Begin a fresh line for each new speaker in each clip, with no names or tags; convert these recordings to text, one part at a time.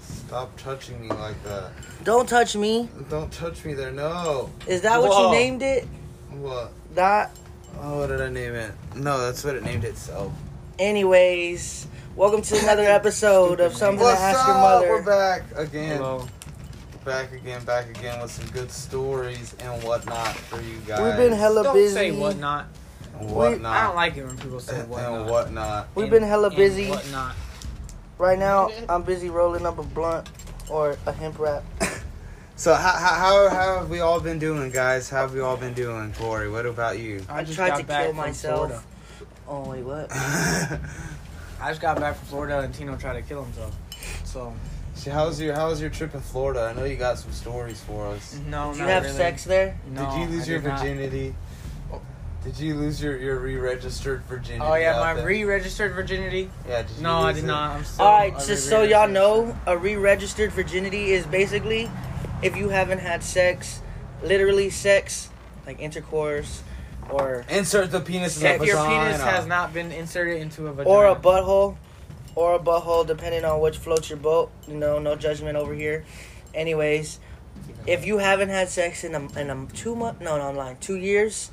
Stop touching me like that.
Don't touch me.
Don't touch me there. No.
Is that what
Whoa.
you named it?
What?
That.
Oh, what did I name it? No, that's what it named itself.
Anyways, welcome to another episode of Something to
What's
Ask
up?
Your Mother.
We're back again.
Hello.
Back again, back again with some good stories and whatnot for you guys.
We've been hella
Don't
busy.
say whatnot.
And
I
whatnot.
don't like it when people say
and
whatnot.
and whatnot.
We've
And-
been hella
and
busy.
Whatnot.
Right now, I'm busy rolling up a blunt or a hemp wrap.
So how, how, how, how have we all been doing, guys? How have we all been doing, Corey? What about you?
I
just
tried
got
to
back
kill
from
myself.
Florida.
Oh wait, what?
I just got back from Florida and Tino tried to kill himself. So
so how's your how's your trip in Florida? I know you got some stories for us.
no,
Did
not
you have
really.
sex there?
No,
did you lose
I
your
did not.
virginity? Did you lose your, your re-registered virginity?
Oh yeah,
out
my
there?
re-registered virginity.
Yeah, did you
No, I
lose
did
it?
not. I'm still.
All right,
a
just so y'all
re-registered.
know, a re-registered virginity is basically if you haven't had sex, literally sex, like intercourse, or
Insert the penis in
If
the
your
vagina.
penis has not been inserted into a vagina,
or a butthole, or a butthole, depending on which floats your boat. You know, no judgment over here. Anyways, if you haven't had sex in a, in a two month, no, no, I'm lying, two years,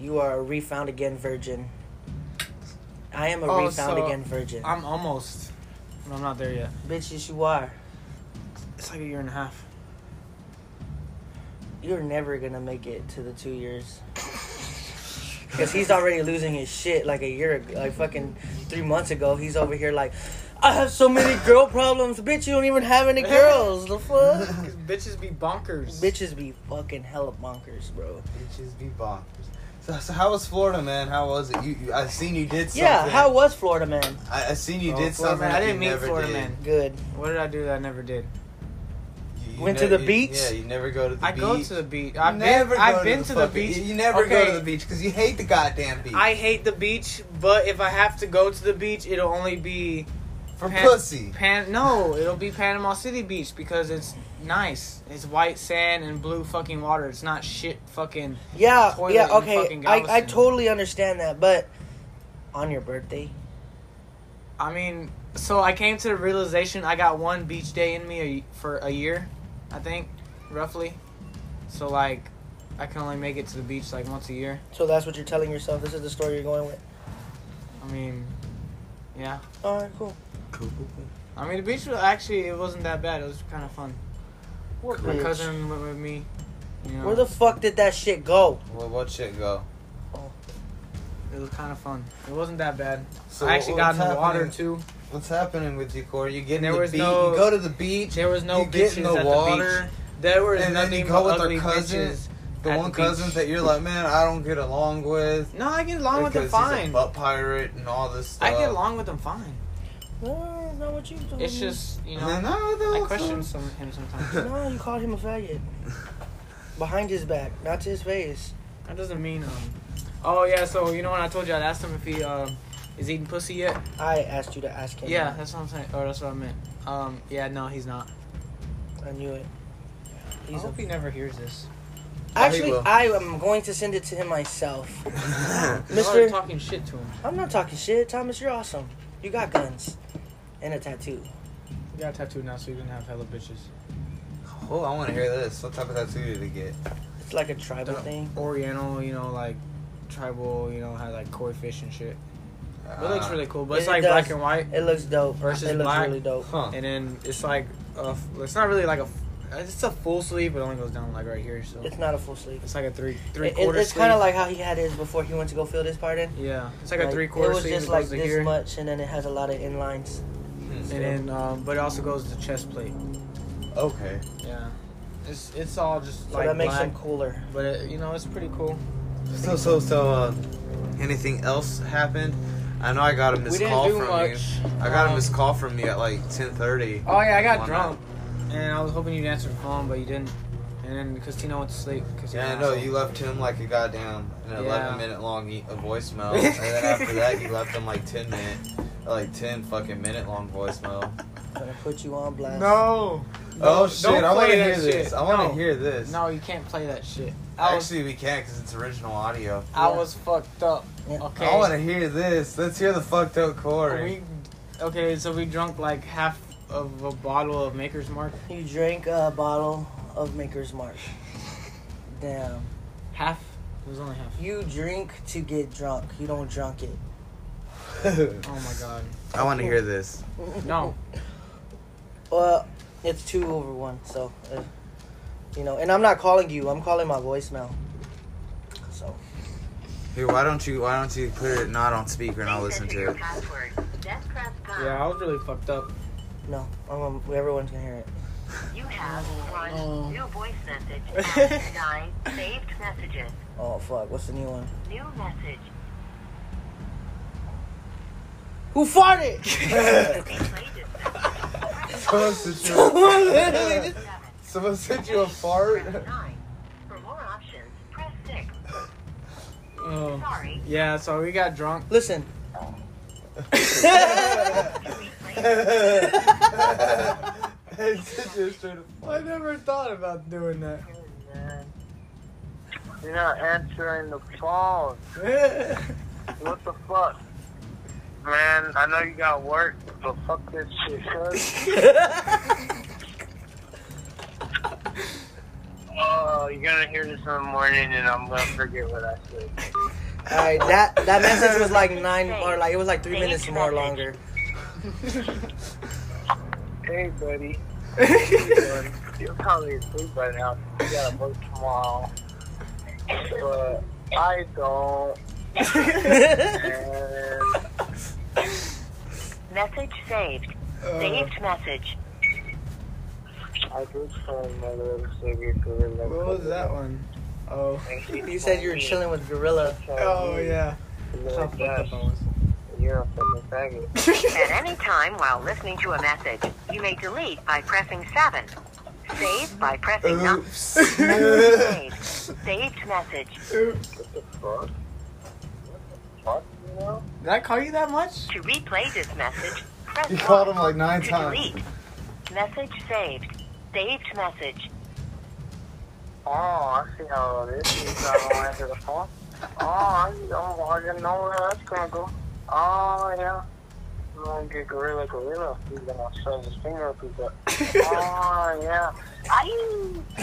you are a refound again virgin. I am a
Oh,
refound
so
again virgin.
I'm almost. I'm not there yet.
Bitch, yes, you are.
It's like a year and a half.
You're never gonna make it to the two years. Cause he's already losing his shit like a year ago, like fucking three months ago. He's over here like, I have so many girl problems, bitch. You don't even have any girls. The fuck,
'Cause bitches be bonkers.
bitches be fucking hella bonkers, bro.
Bitches be bonkers. So, so how was Florida, man? How was it? You, you I seen you did something.
Yeah, how was Florida man?
I, I seen you
Oh,
did
Florida
something.
man. I
that
didn't
you
meet
never
Florida
did.
man.
Good.
What did I do that I never did?
You, you
Went
ne-
to the
you-
beach?
Yeah, you never go to the
I
beach.
go to the beach.
You
I've
never
been,
go
I've been to the
fucking-
beach.
You, you never go to
Okay,
the beach because you hate the goddamn beach.
I hate the beach, but if I have to go to the beach, it'll only be
for
Pan-
pussy.
Pan. No, it'll be Panama City Beach because it's nice. It's white sand and blue fucking water. It's not shit fucking.
Yeah,
Toilet
yeah.
in
Okay,
fucking
I I
Galveston.
totally understand that, but on your birthday,
I mean, so I came to the realization I got one beach day in me a, for a year, I think, roughly. So like, I can only make it to the beach like once a year.
so that's what you're telling yourself. This is the story you're going with.
I mean, yeah.
All right, cool.
I mean, the beach was actually it wasn't that bad. It was kind of fun. My
Bitch.
cousin went with me. You know,
Where the fuck did that shit go?
Well, what shit go?
it was kind of fun. It wasn't that bad.
So
I actually
what-
got in
what's
the water
happening-
too.
What's happening with you, Corey? You get in
There
the
was
beach.
no-
you go to the beach.
There was no
You
bitches
get in the
at the
water,
beach. There was
and then
nothing
you go
but
with their
ugly
cousin,
bitches
The
at
one
the
cousins
beach.
that you're like, man, I don't get along with.
No, I get along with them
because he's a
fine.
butt pirate and all this stuff.
I get along with them fine.
No, that's not what you told
It's
me.
just you know
No, no,
I
no,
question
so-
some, him sometimes.
No, you called him a faggot. Behind his back, not to his face.
That doesn't mean um. Oh yeah, so you know when I told you I'd asked him if he um is eating pussy yet.
I asked you to ask him.
Yeah, that's what I'm saying. Or that's what I meant. Um, yeah, no, he's not.
I knew it.
I
He's a-
hope he never hears this.
Actually,
Oh, he will.
I am going to send it to him myself.
Y'all are
Mister,
talking shit to him.
I'm not talking shit. Thomas, you're awesome. You got guns and a tattoo.
You got a tattoo now, so you can have hella bitches.
Oh, I want to hear this. What type of tattoo did he get?
It's like a tribal thing.
Oriental, you know, like tribal, you know, had like koi fish and shit. It looks
Uh,
really cool, but it's
It
like
does.
black and white.
It looks dope.
Versus
it looks
black.
really dope.
Huh.
And then it's like, a f it's not really like a, f- it's a full sleeve, but it only goes down like right here. So
It's not a full sleeve.
it's like a three three
It, it,
quarter.
it's
kind
kind of like how he had his before he went to go fill this part in.
yeah, it's like, a three quarter.
It was
sleeve
just
that
like
goes to
this
here.
much, and then it has a lot of inlines.
Hmm.
and then um, but it also goes to the chest plate.
Okay.
Yeah, it's it's all just
So
like
that makes
black,
him cooler.
but it, you know it's pretty cool.
So so so. Uh, anything else happened? I know I got a missed call from you. I got a
Um,
missed call from you at like 10:30.
Oh yeah, I got
One
drunk, and I was hoping you'd answer the phone, but you didn't. And then because Tino went to sleep. Cause
night.
he's
Yeah, I
an
know
asshole.
you left him like a goddamn an
Yeah.
11 minute long e- a voicemail, and then after that you left him like 10 minute, like 10 fucking minute long voicemail.
I'm gonna put you on blast.
oh
No. Don't-
shit!
don't
I want to
play
hear
that
this.
shit.
I want to
No.
hear this.
No, you can't play that shit. I was,
Actually, we can't because it's original audio.
I was fucked up.
Yeah.
Okay.
I want to hear this. Let's hear the fucked up Corey.
We, okay, so we drunk like half of a bottle of Maker's Mark.
You drank a bottle of Maker's Mark. Damn.
Half. It was only half.
You drink to get drunk. You don't drunk it.
Oh my god.
I want to hear this.
No.
Well, it's two over one, so uh, you know. And I'm not calling you. I'm calling my voicemail. So
Here, why don't you why don't you put it not on speaker and I'll listen to it.
Password. Then press pound.
Yeah, I was really fucked up.
no, um, everyone's gonna hear it.
You have one
Oh.
new voice message and nine saved messages.
Oh fuck! What's the new one?
New message.
Who farted?
Play this message.
Someone sent
Literally just-
someone sent
Press nine. For more options, press six.
Oh.
Sorry.
Yeah, so we got drunk.
Listen.
I never thought about doing that.
You're not answering the phone. What the fuck? Man, I know you got work, but fuck this shit. cuz. Oh, you're gonna hear this in the morning and I'm gonna forget what I said.
All right, that that message was like nine or like it was like three minutes more longer.
Hey, buddy. You're probably asleep by now. You gotta work tomorrow. But I don't. And
Message saved.
Uh.
Saved message.
I just found another episode of your gorilla.
What was that one? Oh.
You said you were chilling with Gorilla.
Oh yeah. How
Like
fucked up I
that.
was.
You're a fucking faggot.
At any time while listening to a message, you may delete by pressing seven. Save by pressing
Uh,
nine. Save. Saved message.
uh,
What the fuck? What the fuck, you know?
Did I call you that much?
To replay this message, press
You called
one.
him like nine
to
times.
delete. Message saved. Saved message.
Oh, I see how it is. You gotta answer the phone. Oh, I don't fucking know where that's gonna go. Oh, yeah. I'm gonna get Gorilla Gorilla. He's gonna shove his finger up his butt. Oh, yeah.
Aye. to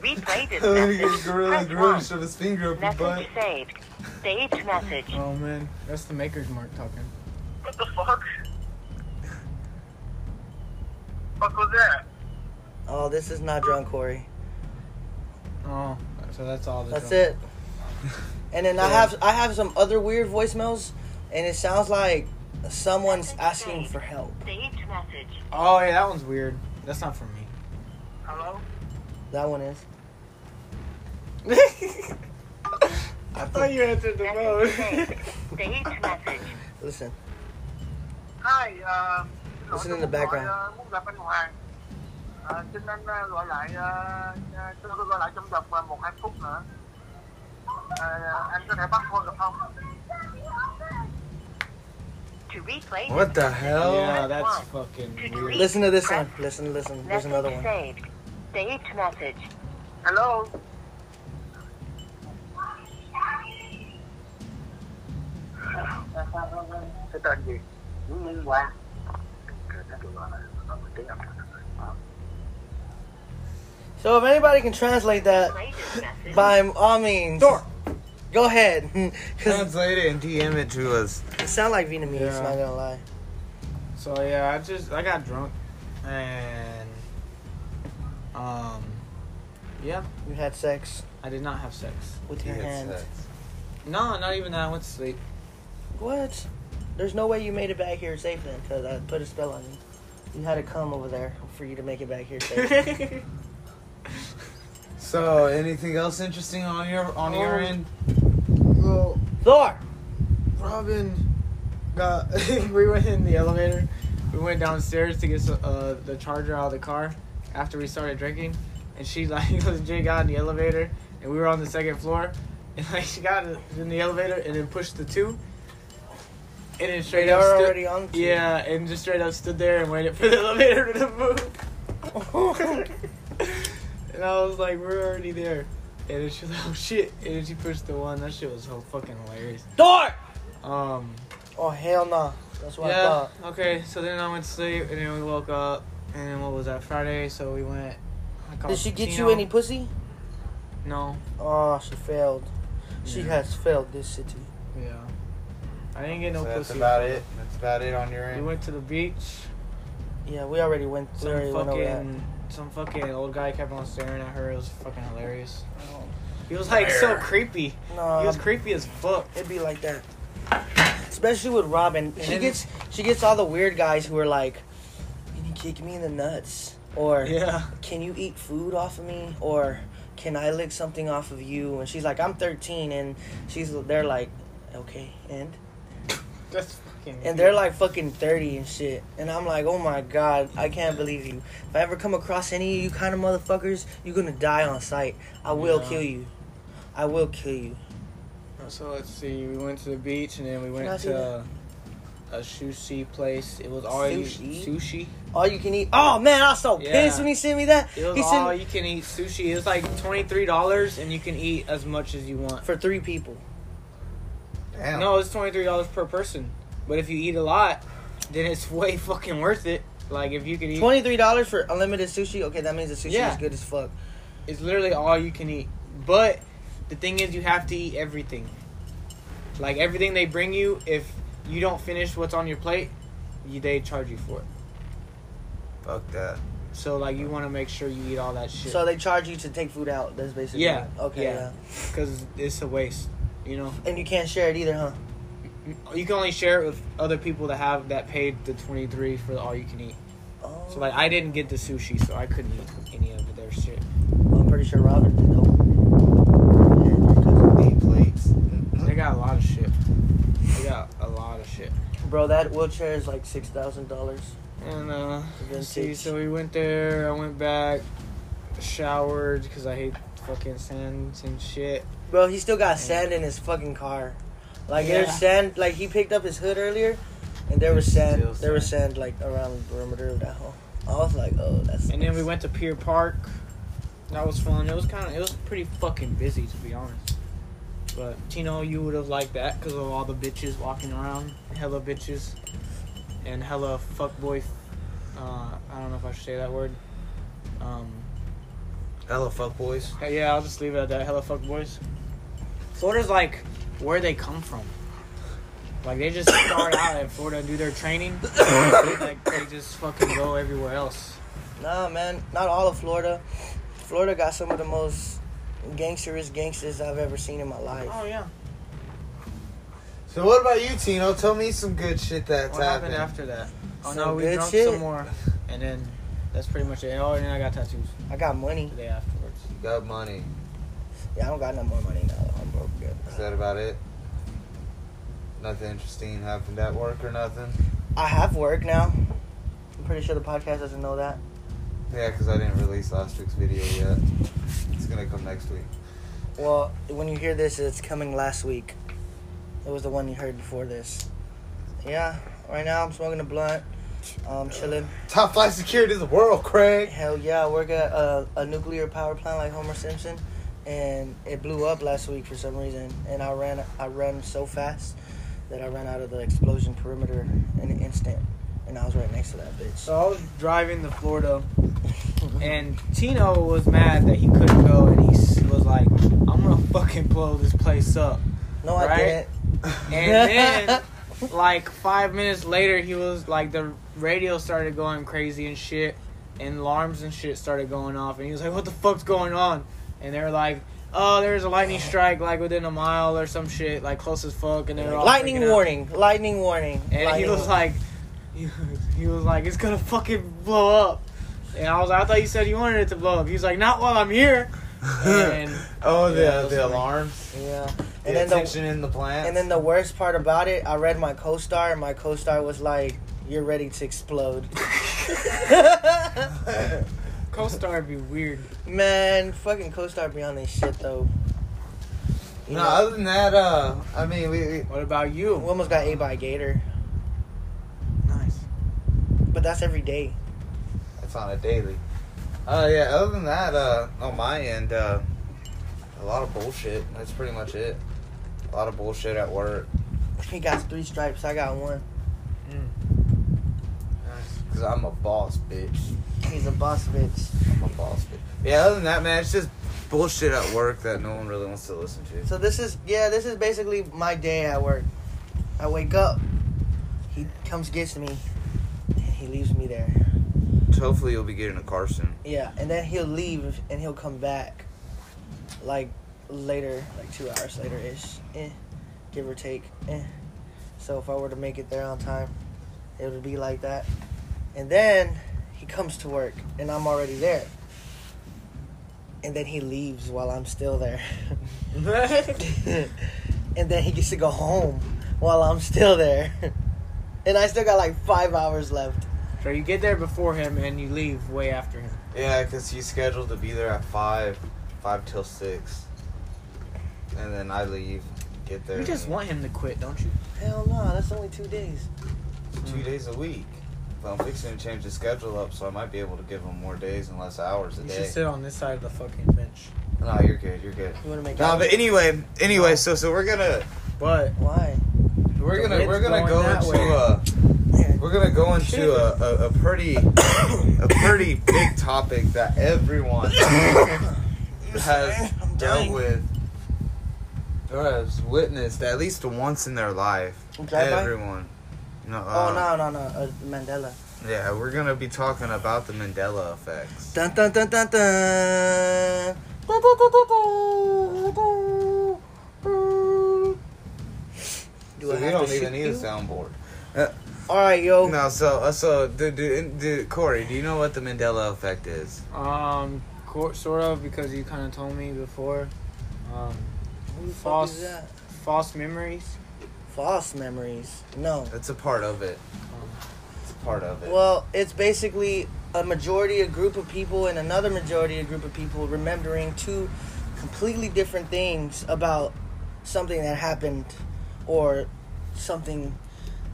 replay this message,
Gorilla
press
gorilla
one.
shove his finger up his
Message
butt.
saved. Saved message.
Oh man, that's the maker's mark talking.
What the fuck? Fuck was that?
Oh, this is not drunk, Corey.
Oh, so that's all. The
That's
drunk.
it. And then I have I have some other weird voicemails, and it sounds like someone's asking for help.
Saved message.
Oh yeah, that one's weird. That's not for me.
Hello?
That one is.
I thought you answered the
Message saved. Saved message.
Listen,
Hi, uh,
Listen in the background.
Tôi, uh, muốn gặp anh Hoàng. À, xin anh uh, gọi lại, uh, à, cho tôi gọi lại trong vòng uh, một hai phút nữa. À, anh có thể bắt tôi được không?
To replay.
What the hell?
Oh,
Yeah, that's
Press
fucking
To
weird.
delete.
listen to this
press
one. Listen, listen. There's
Message
another one.
saved. Saved message.
Hello? Cái tên gì? Nguyễn Minh Hoàng. Cái tên tôi gọi lại, nó một tiếng Anh.
So if anybody can translate that,
Play this message.
by all means,
Door.
go ahead. Cause
Translate it and DM it to us.
it sound like Vietnamese.
Yeah.
Not gonna lie.
So yeah, I just I got drunk and um yeah,
You had sex
I did not have sex.
with your hand.
No, not even that. I went to sleep.
What? There's no way you made it back here safe then, cause I put a spell on you. You had to come over there for you to make it back here safe.
So, anything else interesting on your on your
Um,
end?
well,
Thor.
Robin got. we went in the elevator. We went downstairs to get so- uh, the charger out of the car after we started drinking, and she like legit got in the elevator, and we were on the second floor, and like she got in the elevator and then pushed the two, and then straight
They
up.
were
stood-
already on two.
Yeah, and just straight up stood there and waited for the elevator to move. and I was like, we're already there. And then she was like, oh shit. And then she pushed the one. That shit was so fucking hilarious.
Thor.
Um,
Oh hell no. That's what I
Yeah.
thought.
Okay. So then I went to sleep, and then we woke up, and then what was that Friday? So we went. I called
Did she get
Tino.
you any pussy?
No.
Oh, she failed. She
Yeah.
has failed this city.
Yeah. I didn't get no
So that's
pussy.
about it. That's about it on your
We
end.
went to the beach.
Yeah, we already went. We
Some
already went over that.
fucking some fucking old guy kept on staring at her. It was fucking hilarious.
Oh.
He was like so creepy.
No,
He was creepy as fuck.
It'd be like that. Especially with Robin. She
then-
gets she gets all the weird guys who are like, Can you kick me in the nuts? Or
Yeah.
can you eat food off of me? Or can I lick something off of you? And she's like, I'm thirteen and she's they're like, Okay, and
That's fucking.
and they're like fucking thirty and shit. And I'm like, Oh my god, I can't believe you. If I ever come across any of you kind of motherfuckers, you're gonna die on sight. I will
Yeah.
kill you. I will kill you.
So let's see. We went to the beach and then we
I
went
see
to uh, a sushi place. It was all you-
Sushi?
sushi.
All you can eat. Oh man, I was so
Yeah.
pissed when he sent me that.
It was
He
all
sent
you can eat sushi. It was like twenty three dollars and you can eat as much as you want.
for three people.
Damn.
No, it's twenty three dollars per person. But if you eat a lot, then it's way fucking worth it. Like if you can eat,
Twenty three dollars for unlimited sushi. Okay, that means the sushi
Yeah.
is good as fuck.
it's literally all you can eat. But the thing is, you have to eat everything. Like everything they bring you, if you don't finish what's on your plate, you, they charge you for it.
Fuck that.
So like you want to make sure you eat all that shit
So they charge you to take food out. That's basically
Yeah.
it. Okay. Yeah.
Yeah. because it's a waste. You know,
And you can't share it either, huh?
you can only share it with other people that have that paid the twenty three for all you can eat.
Oh,
So like I didn't get the sushi, so I couldn't eat any of their shit.
I'm pretty sure Robin did though.
Eight plates.
They got a lot of shit. They got a lot of shit.
Bro, that wheelchair is like six thousand dollars.
And uh, let's see,
Vintage.
so we went there. I went back, showered because I hate fucking sands and shit.
Bro, he still got sand in his fucking car. Like
Yeah.
there's sand. Like he picked up his hood earlier, and there was sand.
Still
There was sand like around the perimeter of that hole. I was like, oh, that's.
And then we went to Pier Park. That was fun. It was kind of it was pretty fucking busy to be honest. But Tino, you would have liked that because of all the bitches walking around, hella bitches, and hella fuckboy. Uh, I don't know if I should say that word. Um,
Hello, fuck boys.
yeah, I'll just leave it at that. Hella fuckboys. Florida's like where they come from. Like they just start out in Florida and do their training. like they just fucking go everywhere else.
Nah, man, not all of Florida. Florida got some of the most gangsterous gangsters I've ever seen in my life.
Oh yeah.
So what about you, Tino? Tell me some good shit that's
What happened
happened.
after that? Oh
Some
no, we
good
drunk
shit.
some more, and then that's pretty much it. Oh, and then I got tattoos
I got money.
the day afterwards.
You got money.
Yeah, I don't got no more money now. I'm broke.
Is
Good.
that about it? Nothing interesting happened at work or nothing?
I have work now. I'm pretty sure the podcast doesn't know that.
Yeah, because I didn't release last week's video yet. It's gonna come next week.
Well, when you hear this, it's coming last week. It was the one you heard before this. Yeah, right now I'm smoking a blunt. I'm chilling.
Top five security in the world, Craig.
Hell yeah, I work at a, a nuclear power plant like Homer Simpson, and it blew up last week for some reason. And I ran, I ran so fast that I ran out of the explosion perimeter in an instant, and I was right next to that bitch.
So I was driving to Florida, and Tino was mad that he couldn't go, and he s- was like, "I'm gonna fucking blow this place up."
No,
Right?
I didn't.
And then, like five minutes later, he was like, the radio started going crazy and shit, and alarms and shit started going off, and he was like, "What the fuck's going on?" And they were like, "Oh, there's a lightning strike like within a mile or some shit, like close as fuck," and they were all
Lightning
freaking out.
warning! Lightning warning!
And he
lightning
was
warning.
like, he, he was like, "It's gonna fucking blow up." And I was like, "I thought you said you wanted it to blow up." He was like, "Not while I'm here." And
oh, the the
Yeah,
uh,
that's funny.
alarms,
yeah.
the
And then the
attention in the plant.
And then the worst part about it, I read my co-star, and my co-star was like, "You're ready to explode."
co-star would be weird.
Man, fucking co-star be on this shit though. You
no,
know,
other than that, uh, I mean, we, we
What about
we
you?
almost got ate by a gator,
Nice.
but that's every day.
It's on a daily. Uh, yeah. Other than that, uh, on my end, uh, a lot of bullshit. That's pretty much it. A lot of bullshit at work.
He got three stripes, I got one.
Cause I'm a boss, bitch.
He's a boss bitch.
I'm a boss, bitch. Yeah. Other than that, man, it's just bullshit at work that no one really wants to listen to.
So this is yeah, this is basically my day at work. I wake up, he comes gets me, and he leaves me there.
Hopefully, you'll be getting a car soon.
Yeah, and then he'll leave and he'll come back, like later, like two hours later ish, eh, give or take. Eh. So if I were to make it there on time, it would be like that. And then he comes to work and I'm already there. And then he leaves while I'm still there. and then he gets to go home while I'm still there. and I still got like five hours left.
So you get there before him and you leave way after him.
Yeah, cause he's scheduled to be there at five, five till six, and then I leave, get there.
You just
in
want him to quit, don't you?
Hell no, that's only two days.
Mm.
two days a week. But I'm fixing to change the schedule up, so I might be able to give him more days and less hours a
You should
day.
sit on this side of the fucking bench.
No, you're good. You're good.
You wanna make
No,
out?
but anyway, anyway, so so we're gonna
But
Why?
we're
The
gonna we're
wind's
gonna go
blowing that
into uh,
way.
a
Uh,
we're gonna go into a, a, a pretty a pretty big topic that everyone has
I'm
dealt
dying.
with or has witnessed at least once in their life.
Drive-by?
Everyone. No,
Oh
uh,
no no no uh, Mandela.
Yeah, we're gonna be talking about the Mandela effects.
Dun dun dun dun dun. Dun, dun, dun, dun, dun, dun, dun. Do
So
I
we
have
don't
to
even
shoot
need
you? Oh.
a soundboard.
All right, yo.
No, so uh, so do, do, do, Corey, do you know what the Mandela effect is?
um, cor- sort of because you kind of told me before. Um,
Who the fuck
false-
is that?
false memories.
False memories. No.
It's a part of it. It's a part of it.
Oh. Well, it's basically a majority, a group of people, and another majority, a group of people remembering two completely different things about something that happened or something,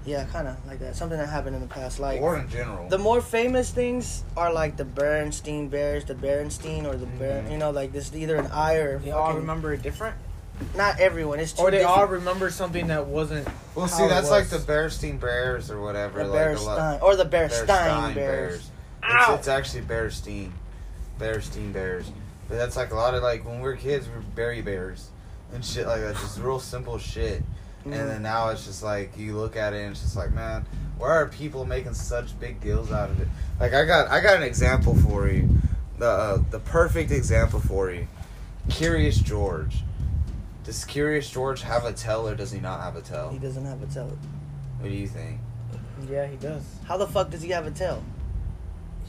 yeah, kind of like that. Something that happened in the past. Like,
or in general.
the more famous things are like the Bernstein Bears, the Berenstein, or the Ber-
Mhm.
you know, like this either an eye or
They all
fucking-
remember it different,
Not everyone. It's two
or they all
different-
remember something that wasn't.
well,
how
see,
it
that's like
was.
the Bearstein Bears or whatever.
the
like a lot-
Berenstein or the Berstein,
Bearstein
Bears.
It's, it's actually Bearstein. Bearstein Bears. But that's like a lot of like when we were kids, we were berry bears and shit like that. Just real simple shit. And then now it's just like you look at it and it's just like, man, why are people making such big deals out of it? Like I got I got an example for you. The uh, the perfect example for you. Curious George. Does Curious George have a tell or does he not have a tell?
He doesn't have a tail.
What do you think?
Yeah, he does.
How the fuck does he have a tail?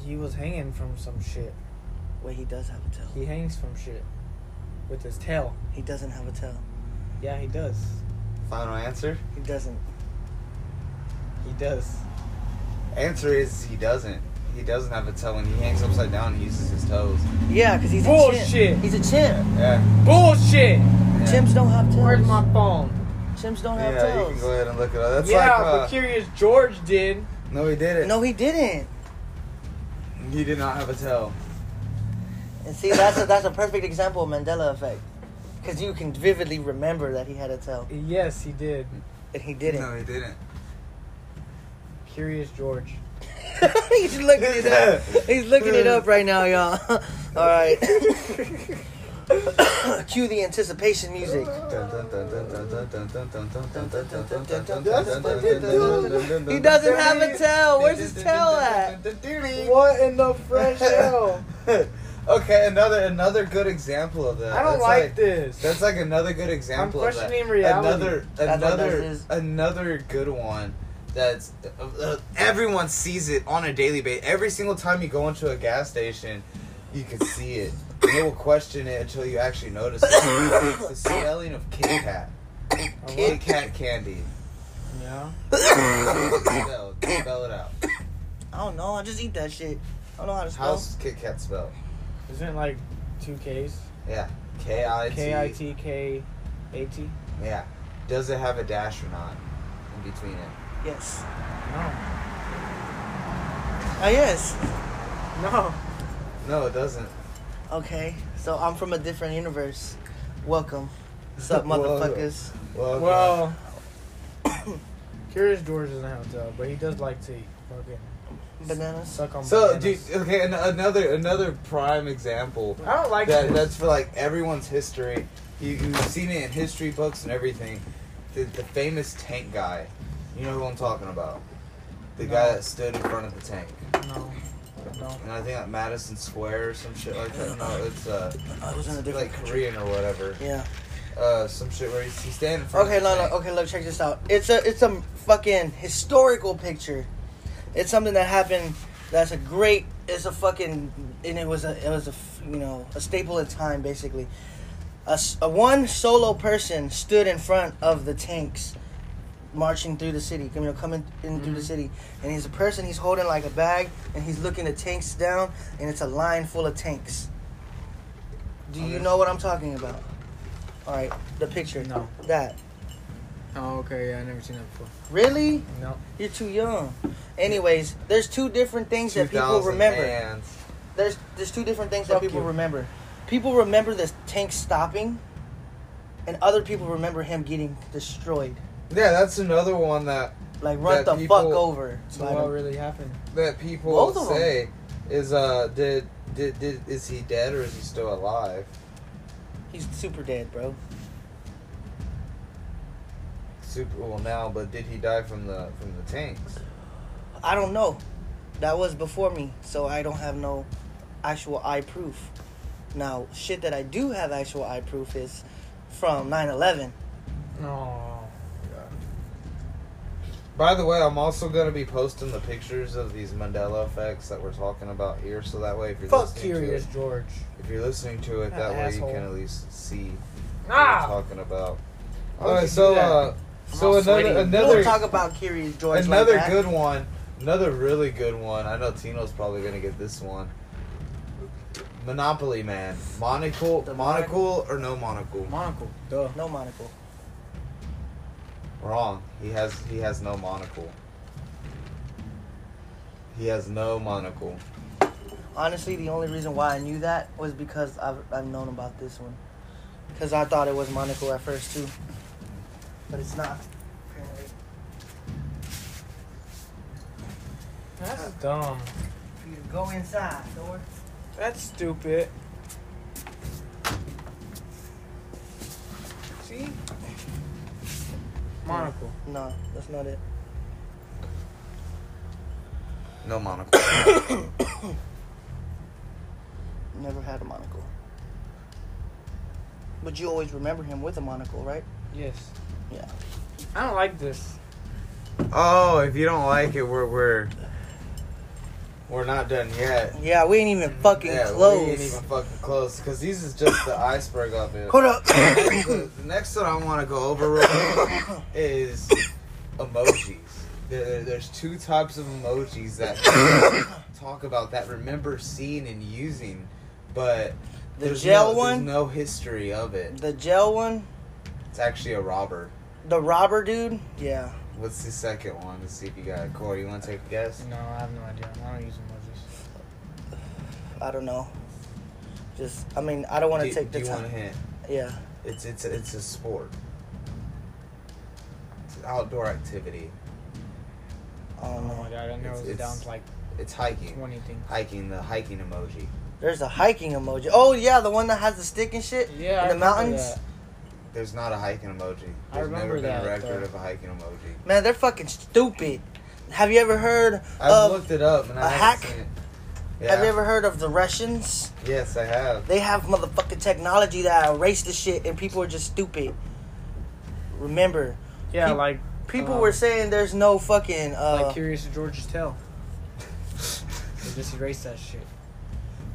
He was hanging from some shit.
Wait, he does have a tail.
He hangs from shit with his tail.
He doesn't have a tail.
Yeah, he does.
Final answer?
He doesn't.
He does.
Answer is he doesn't. He doesn't have a tell when he hangs upside down. He uses his toes.
Yeah, because he's a
Bullshit.
chimp. He's a chimp.
Yeah.
Bullshit.
yeah.
Chimps don't have tails.
Where's my phone?
Chimps don't have
Yeah, you can
tails.
go ahead and look it up. That's
yeah,
like uh,
but Curious George did.
no, he did it.
No, he didn't.
he did not have a tell.
And see, that's a, that's a perfect example of Mandela effect. Because you can vividly remember that he had a tail,
Yes, he did.
and he didn't.
No, he didn't.
Curious George.
He's looking it up. He's looking it up right now, y'all. All right. Cue the anticipation music. He
He
doesn't have a tail. Where's his tail at?
What in the fresh hell?
okay, another another good example of that.
I don't
That's
like, this.
That's like another good example. of that.
questioning reality.
Another
That's what
another
this is.
another good one. That's uh, uh, everyone sees it on a daily basis. Every single time you go into a gas station, you can see it. And they will question it until you actually notice it. It's the smelling of Kit Kat. Kit Kat candy.
yeah.
Spell, spell it out.
I don't know. I just eat that shit. I don't know how to spell.
How's Kit Kat spelled?
Isn't it like two K's?
Yeah. K I T.
K I T K A T?
Yeah. Does it have a dash or not in between it?
Yes.
No.
Oh, yes.
No.
No, it doesn't.
Okay. So I'm from a different universe. Welcome. What's up,
Whoa.
motherfuckers?
Well,
Well, Curious George doesn't have a tub, but he does like to eat. Fucking
Bananas.
suck on
So, dude,
bananas.
okay, an- another another prime example
I don't like
that
this.
that's for like everyone's history. You, you've seen it in history books and everything. The, the famous tank guy. You know who I'm talking about? The guy
No.
that stood in front of the tank.
No. No.
And I think at Madison Square or some shit like that. No, it's uh,
I was in a different
like Korean or whatever.
Yeah.
Uh, some shit where he's, he's standing in front.
Okay,
of the
no, no.
tank.
Okay, look, check this out. It's a it's a fucking historical picture. It's something that happened. That's a great. It's a fucking and it was a it was a f- you know a staple in time basically. A, s- a one solo person stood in front of the tanks, marching through the city. You know, coming in through
Mm-hmm.
the city, and he's a person. He's holding like a bag, and he's looking the tanks down, and it's a line full of tanks. Do you
Okay.
know what I'm talking about? All right, the picture.
No.
That.
Oh, okay. Yeah, I never seen that before.
Really?
No.
You're too young. Anyways, there's two different things that people remember.
2000 hands.
There's there's two different things that
Fuck
people
you.
remember. People remember this tank stopping, and other people remember him getting destroyed,
Yeah, that's another one that
like run
That
the
people-
fuck over.
So
by
what
them.
really happened?
that people
Both of 'em.
say is uh did, did did is he dead or is he still alive?
He's super dead, bro.
Super well now, but did he die from the from the tanks?
I don't know. That was before me, so I don't have no actual eye proof. Now, shit that I do have actual eye proof is from 9/11.
No.
By the way, I'm also gonna be posting the pictures of these Mandela effects that we're talking about here, so that way if you're
Fuck
listening
Curious
to
George.
it, if you're listening to it,
That
that way
asshole.
you can at least see
Ah.
what we're talking about.
Why would
All
you
right,
do
so
that?
uh, so
all
another
sweaty.
We'll
another
talk about Curious George. like
Another
that.
good one. Another really good one. I know Tino's probably gonna get this one. Monopoly man. Monocle
The
monocle or no monocle?
Monocle. Duh.
No monocle.
Wrong. He has he has no monocle. He has no monocle.
Honestly, the only reason why I knew that was because I've, I've known about this one. Because I thought it was Monaco at first, too. But it's not. Apparently.
That's dumb.
For you to go inside, door.
That's stupid. See? Monocle.
No, that's not it.
No monocle.
Never had a monocle. But you always remember him with a monocle, right?
Yes.
Yeah.
I don't like this.
oh, if you don't like it, we're we're we're not done yet.
Yeah, we ain't even fucking
yeah,
close.
we ain't even fucking close because these is just the iceberg of it.
Hold up.
the, the next one I want to go over real quick is emojis. There, there- there's two types of emojis that talk about that remember seeing and using, but
The
there's
gel
no,
one?
There's no history of it.
the gel one,
It's actually a robber.
the robber dude, yeah.
What's the second one? Let's see if you got it. Corey, you want to take a guess?
No, I have no idea. I don't use emojis.
I don't know. Just, I mean, I don't want
do,
to take
do
the
you want a
time.
hint?
Yeah.
It's it's a, it's a sport. It's an outdoor activity.
I
Oh
don't know.
my god, I know
It's-
it's,
it's-
down to like
It's hiking.
20 things.
Hiking the hiking emoji.
There's a hiking emoji. Oh yeah, the one that has the stick and shit.
Yeah,
in the
I remember
mountains.
that.
There's not a hiking emoji.
I
There's never
remember
been a
that,
record
though.
of a hiking emoji.
Man, they're fucking stupid. Have you ever heard
I've
of?
looked it up and I
a
haven't
hack?
seen it. Yeah.
Have you ever heard of the Russians?
Yes, I have.
They have motherfucking technology that erase the shit, and people are just stupid. Remember,
Yeah,
Peop-
like
people
um,
were saying there's no fucking. Uh,
like Curious George's tail. They just erase that shit.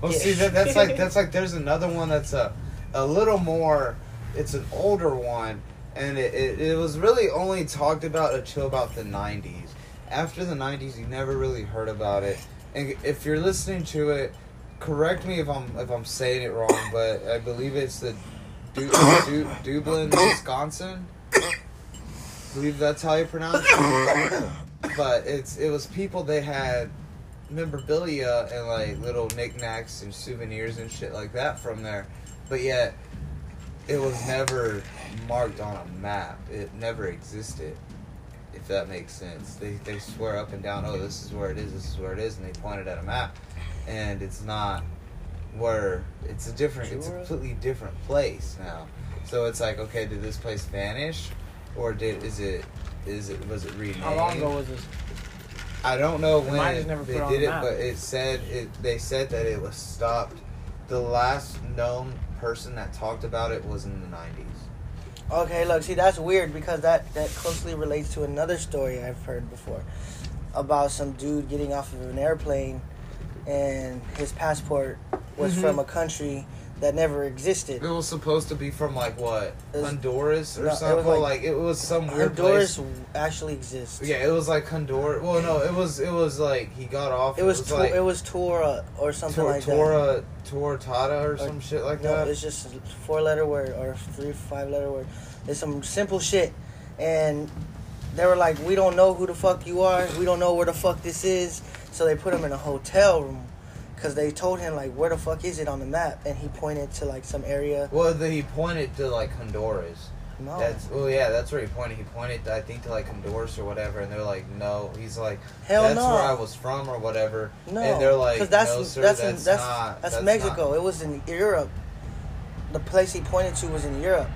Well,
Yeah.
Oh, see that, that's like that's like there's another one that's a a little more. It's an older one, and it, it, it was really only talked about until about the '90s. After the '90s, you never really heard about it. And if you're listening to it, correct me if I'm if I'm saying it wrong, but I believe it's the du- du- Dublin, Wisconsin. I believe that's how you pronounce it. But it's it was people they had memorabilia and like little knickknacks and souvenirs and shit like that from there. But yet, it was never marked on a map. It never existed. if that makes sense. They, they swear up and down, oh, this is where it is, this is where it is, and they pointed at a map, and it's not where it's a different, it's a
Jura?
completely different place now. So it's like, okay, did this place vanish, or did is it is it was it renamed?
How long ago was this?
I don't know
They
when
might
it-
just never
they
put it on
did
the
it,
map.
but it said it. They said that it was stopped. The last known person that talked about it was in the nineties.
Okay, look, see that's weird because that that closely relates to another story I've heard before about some dude getting off of an airplane and his passport was
Mhm.
from a country that never existed.
Mm-hmm. It was supposed to be from like what
It was-
Honduras or
No, it was
something.
like-
like, it was some weird
Honduras
place.
actually exists.
Yeah, it was like Honduras. Well, no, it was it was like he got off.
It was Tor-
like
it was Tora or something
Tor-
like that.
Tora Tortada or, some shit like
No,
that.
it's just a four letter word or three five letter word. It's some simple shit, and they were like, "We don't know who the fuck you are. We don't know where the fuck this is." So they put him in a hotel room because they told him like, "Where the fuck is it on the map?" And he pointed to like some area.
Well, then he pointed to like Honduras.
No,
That's well, yeah, that's where he pointed. He pointed, I think, to like Honduras or whatever, and they're like, no. He's like,
Hell
that's
no.
where I was from or whatever.
no,
and they're like,
that's
no, sir,
that's
that's,
in- that's,
not.
that's
not-
Mexico. It was in Europe. The place he pointed to was in Europe.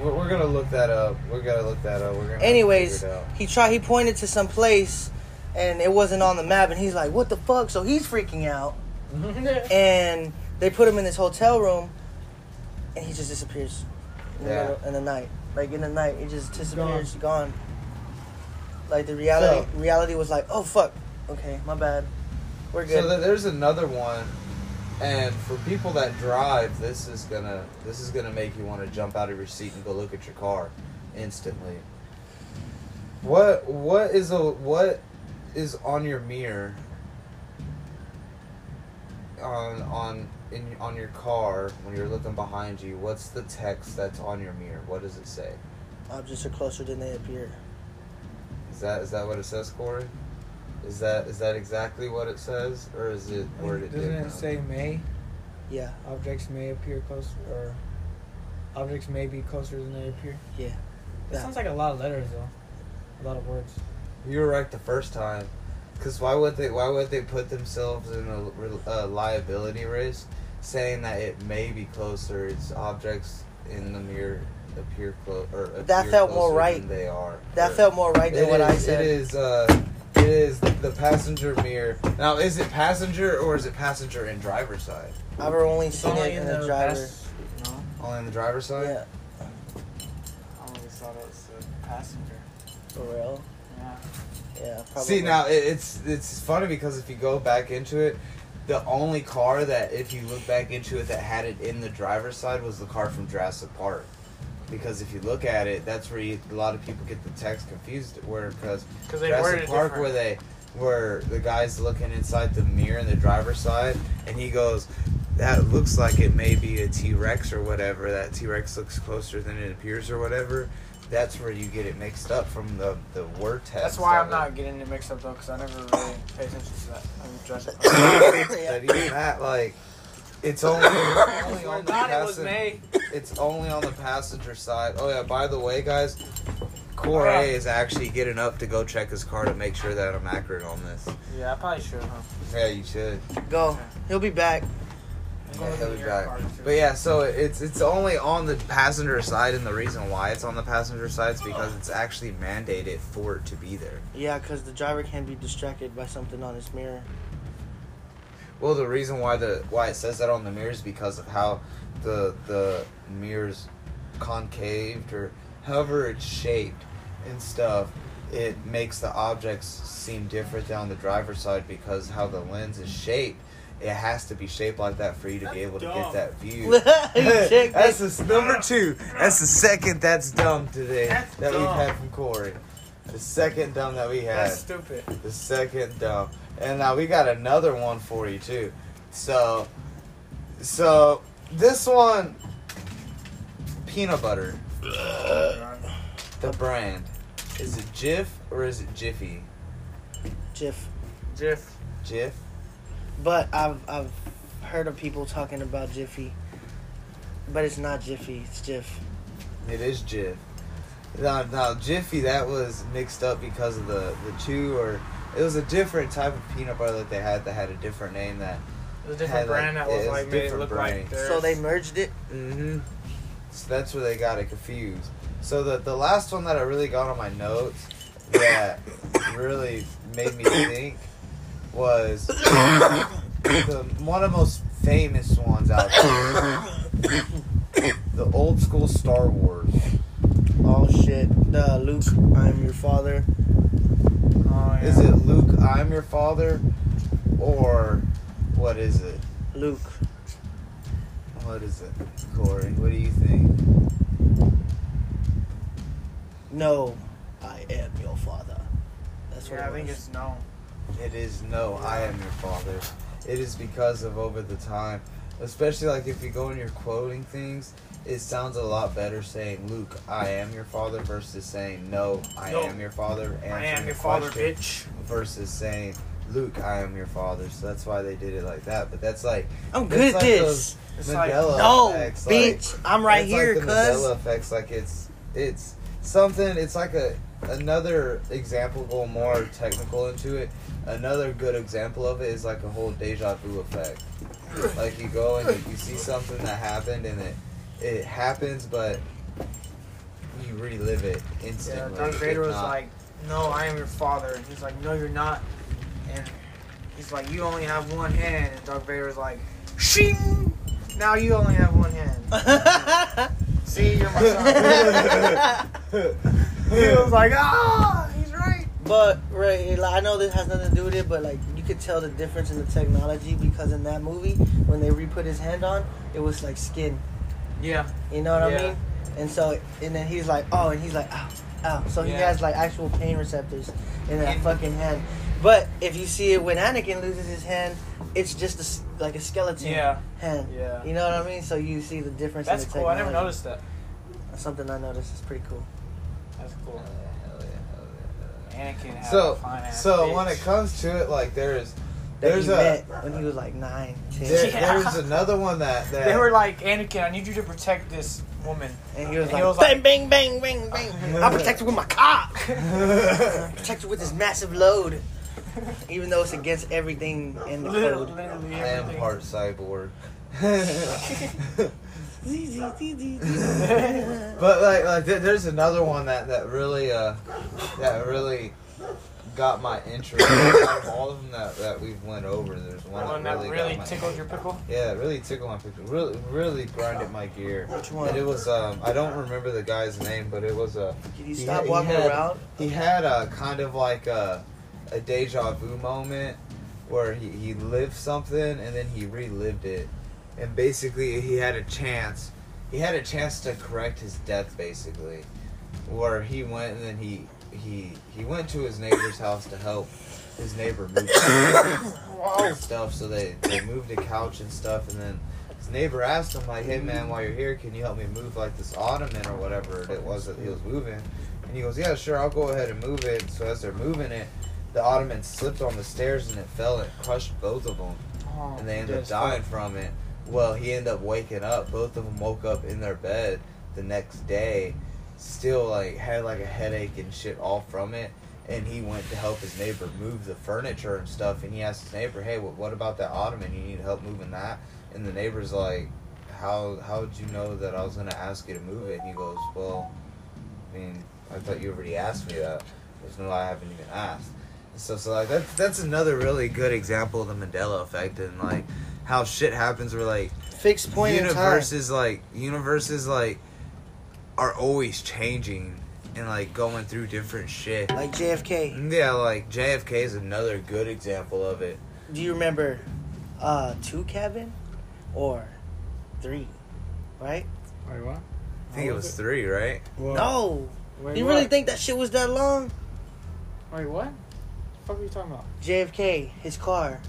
We're, we're gonna look that up. We're gonna look that up. We're gonna.
Anyways,
figure it out.
he tried. He pointed to some place, and it wasn't on the map. And he's like, "What the fuck?" So he's freaking out. and they put him in this hotel room, and he just disappears. In the,
Yeah.
middle, in the night, like in the night, he just disappears, gone. Like the reality,
So-
reality was like, "Oh fuck, okay, my bad, we're good."
So th- there's another one, and for people that drive, this is gonna this is gonna make you want to jump out of your seat and go look at your car instantly. What what is a what is on your mirror on on in on your car when you're looking behind you? What's the text that's on your mirror? What does it say?
Objects are closer than they appear.
Is that is that what it says, Corey? Is that is that exactly what it says, or is it worded
Doesn't
differently?
it say May?
Yeah,
Objects may appear closer, or objects may be closer than they appear.
yeah.
That
Yeah.
sounds like a lot of letters, though. A lot of words.
You were right the first time, because why would they? Why would they put themselves in a, re- a liability risk, saying that it may be closer? It's objects in the mirror appear close, or appear
That felt more
closer than
right.
They are.
That
Or-
felt more right than
It
what I
is-
said.
It is. Uh, it is the passenger mirror. Now, is it passenger or is it passenger and driver's side?
I've only seen it in the driver.
No,
Only in the driver's side.
Yeah,
I always thought it was the passenger.
for real.
Yeah.
Yeah. Probably.
See now, it, it's it's funny because if you go back into it, the only car that if you look back into it that had it in the driver's side was the car from Jurassic Park. Because if you look at it, that's where you, a lot of people get the text confused. Where because
Because
Jurassic Park, where they where the guy's looking inside the mirror in the driver's side, and he goes, "That looks like it may be a T Rex or whatever. That T Rex looks closer than it appears or whatever." That's where you get it mixed up from the the word text.
That's why
of
I'm
it.
not getting it mixed up though, because I never really pay attention to that. I'm Jurassic Park.
yeah.
that even that like it's only, it's only
I
on the
thought it was
passen-
May.
it's only on the passenger side. Oh yeah, by the way guys, Corey
Yeah.
is actually getting up to go check his car to make sure that I'm accurate on this.
Yeah, I probably should, huh?
Yeah, you should.
Go. He'll be back.
Yeah, he'll be back. But yeah, so it's it's only on the passenger side and the reason why it's on the passenger side is because it's actually mandated for it to be there.
Yeah, because the driver can be distracted by something on his mirror.
Well, the reason why the why it says that on the mirror is because of how the the mirrors concaved or however it's shaped and stuff. It makes the objects seem different than on the driver's side because how the lens is shaped. It has to be shaped like that for you to be able to get that view.
Check
that's
this.
the s- number two. That's the second that's dumb today that we've had from Corey. The second dumb that we had.
That's stupid.
The second dumb. And now we got another one for you too. So so this one peanut butter. The brand. Is it Jif or is it Jiffy?
Jiff.
Jeff.
Jif?
But I've I've heard of people talking about Jiffy. But it's not Jiffy, it's Jiff.
It is Jif. No, no, Jiffy. That was mixed up because of the the chew, or it was a different type of peanut butter that they had that had a different name. That
It was a
Had,
different
like-
brand that
yeah,
was
it was
like made it
different
look
brand.
like theirs.
So they merged it.
Mm-hmm. So that's where they got it confused. So the the last one that I really got on my notes that really made me think was the one of the most famous ones out there. The old school Star Wars.
Oh shit, uh, Luke, I'm your father.
Oh,
Is
yeah.
it Luke, I'm your father? Or what is it?
Luke,
What is it? Corey, what do you think?
no, I am your father. That's what
Yeah,
it
I think
was.
it's no.
It is no, I am your father. It is because of over the time. Especially like if you go and you're quoting things, it sounds a lot better saying Luke, I am your father versus saying no, I
No.
am your father. Answering
I am
the
your father,
question.
bitch.
Versus saying Luke, I am your father. So that's why they did it like that. But that's like
I'm good at
like
this.
It's like,
Mandela
No,
effects. like-
bitch, I'm right
it's
here,
like the
cuz.
Mandela effects. Like it's it's something. It's like a another example. Go more technical into it. Another good example of it is like a whole deja vu effect. Like you go and you, you see something that happened and it it happens, but you relive it
Yeah,
instantly.
Darth
if
Vader was
not-
like, "No, I am your father," and he's like, "No, you're not," and he's like, "You only have one hand," and Darth Vader was like, "Shing!" Now you only have one hand. See, you're my son. he was like, "Ah, he's right."
But right, like, I know this has nothing to do with it, but like you could tell the difference in the technology because in that movie, when they re-put his hand on, it was like skin.
Yeah,
You know what
Yeah.
I mean? And so, and then he's like, oh, and he's like, ow, ow. So he
Yeah.
has like actual pain receptors in that
And-
fucking hand. But if you see it when Anakin loses his hand, it's just a s like a skeleton
yeah,
hand.
yeah.
You know what I mean? So you see the difference.
That's
in the
cool. I never
technology.
noticed that.
That's something I noticed. It's pretty cool.
That's cool.
Hell yeah, hell yeah, hell
Anakin
yeah.
had a
So
fine ass
so
bitch.
when it comes to it, like there is
That
there's
he
a
met when he was like nine, ten,
there,
Yeah.
there's another one that that
they were like, "Anakin, I need you to protect this woman."
and he was
and
like,
he was
bang,
like-
bang, bang, bang, bang. I protect you with my cock. I
I
protect you with this massive load, even though it's against everything in the
Literally,
code.
literally
am
everything.
part cyborg. but like, like there- there's another one that that really uh that really got my interest. Out of all of them that, that we've went over, there's one,
One
that
that
really,
really
got my
tickled your pickle.
yeah, it really tickled my picture. Really, really grinded my gear.
Which one?
And it was um I don't remember the guy's name, but it was a
Did
He
you stop
had- he
walking
had-
around?
he had a kind of like a a deja vu moment where he, he lived something and then he relived it and basically he had a chance he had a chance to correct his death basically where he went and then he he he went to his neighbor's house to help his neighbor move and stuff so they they moved a couch and stuff and then his neighbor asked him like hey man while you're here can you help me move like this ottoman or whatever it was that he was moving and he goes yeah sure i'll go ahead and move it so as they're moving it the ottoman slipped on the stairs and it fell and crushed both of them
Oh,
and they ended up
that's cool.
dying from it. Well, he ended up waking up. Both of them woke up in their bed the next day, still like had like a headache and shit all from it. And he went to help his neighbor move the furniture and stuff. And he asked his neighbor, "Hey, what, what about that ottoman? You need help moving that?" And the neighbor's like, "How how would you know that I was gonna ask you to move it?" And he goes, "Well, I mean, I thought you already asked me that." There's no, I haven't even asked. So, so like that's that's another really good example of the Mandela effect and like how shit happens where like
Fixed point in time.
universes like universes like are always changing and like going through different shit.
Like JFK.
Yeah, like JFK is another good example of it.
Do you remember uh two cabin or three? Right?
Wait,
I
what?
Oh,
think it was three, right?
No.
Wait,
you
what?
really think that shit was that long?
Wait, what? The fuck are you talking about?
JFK, his car.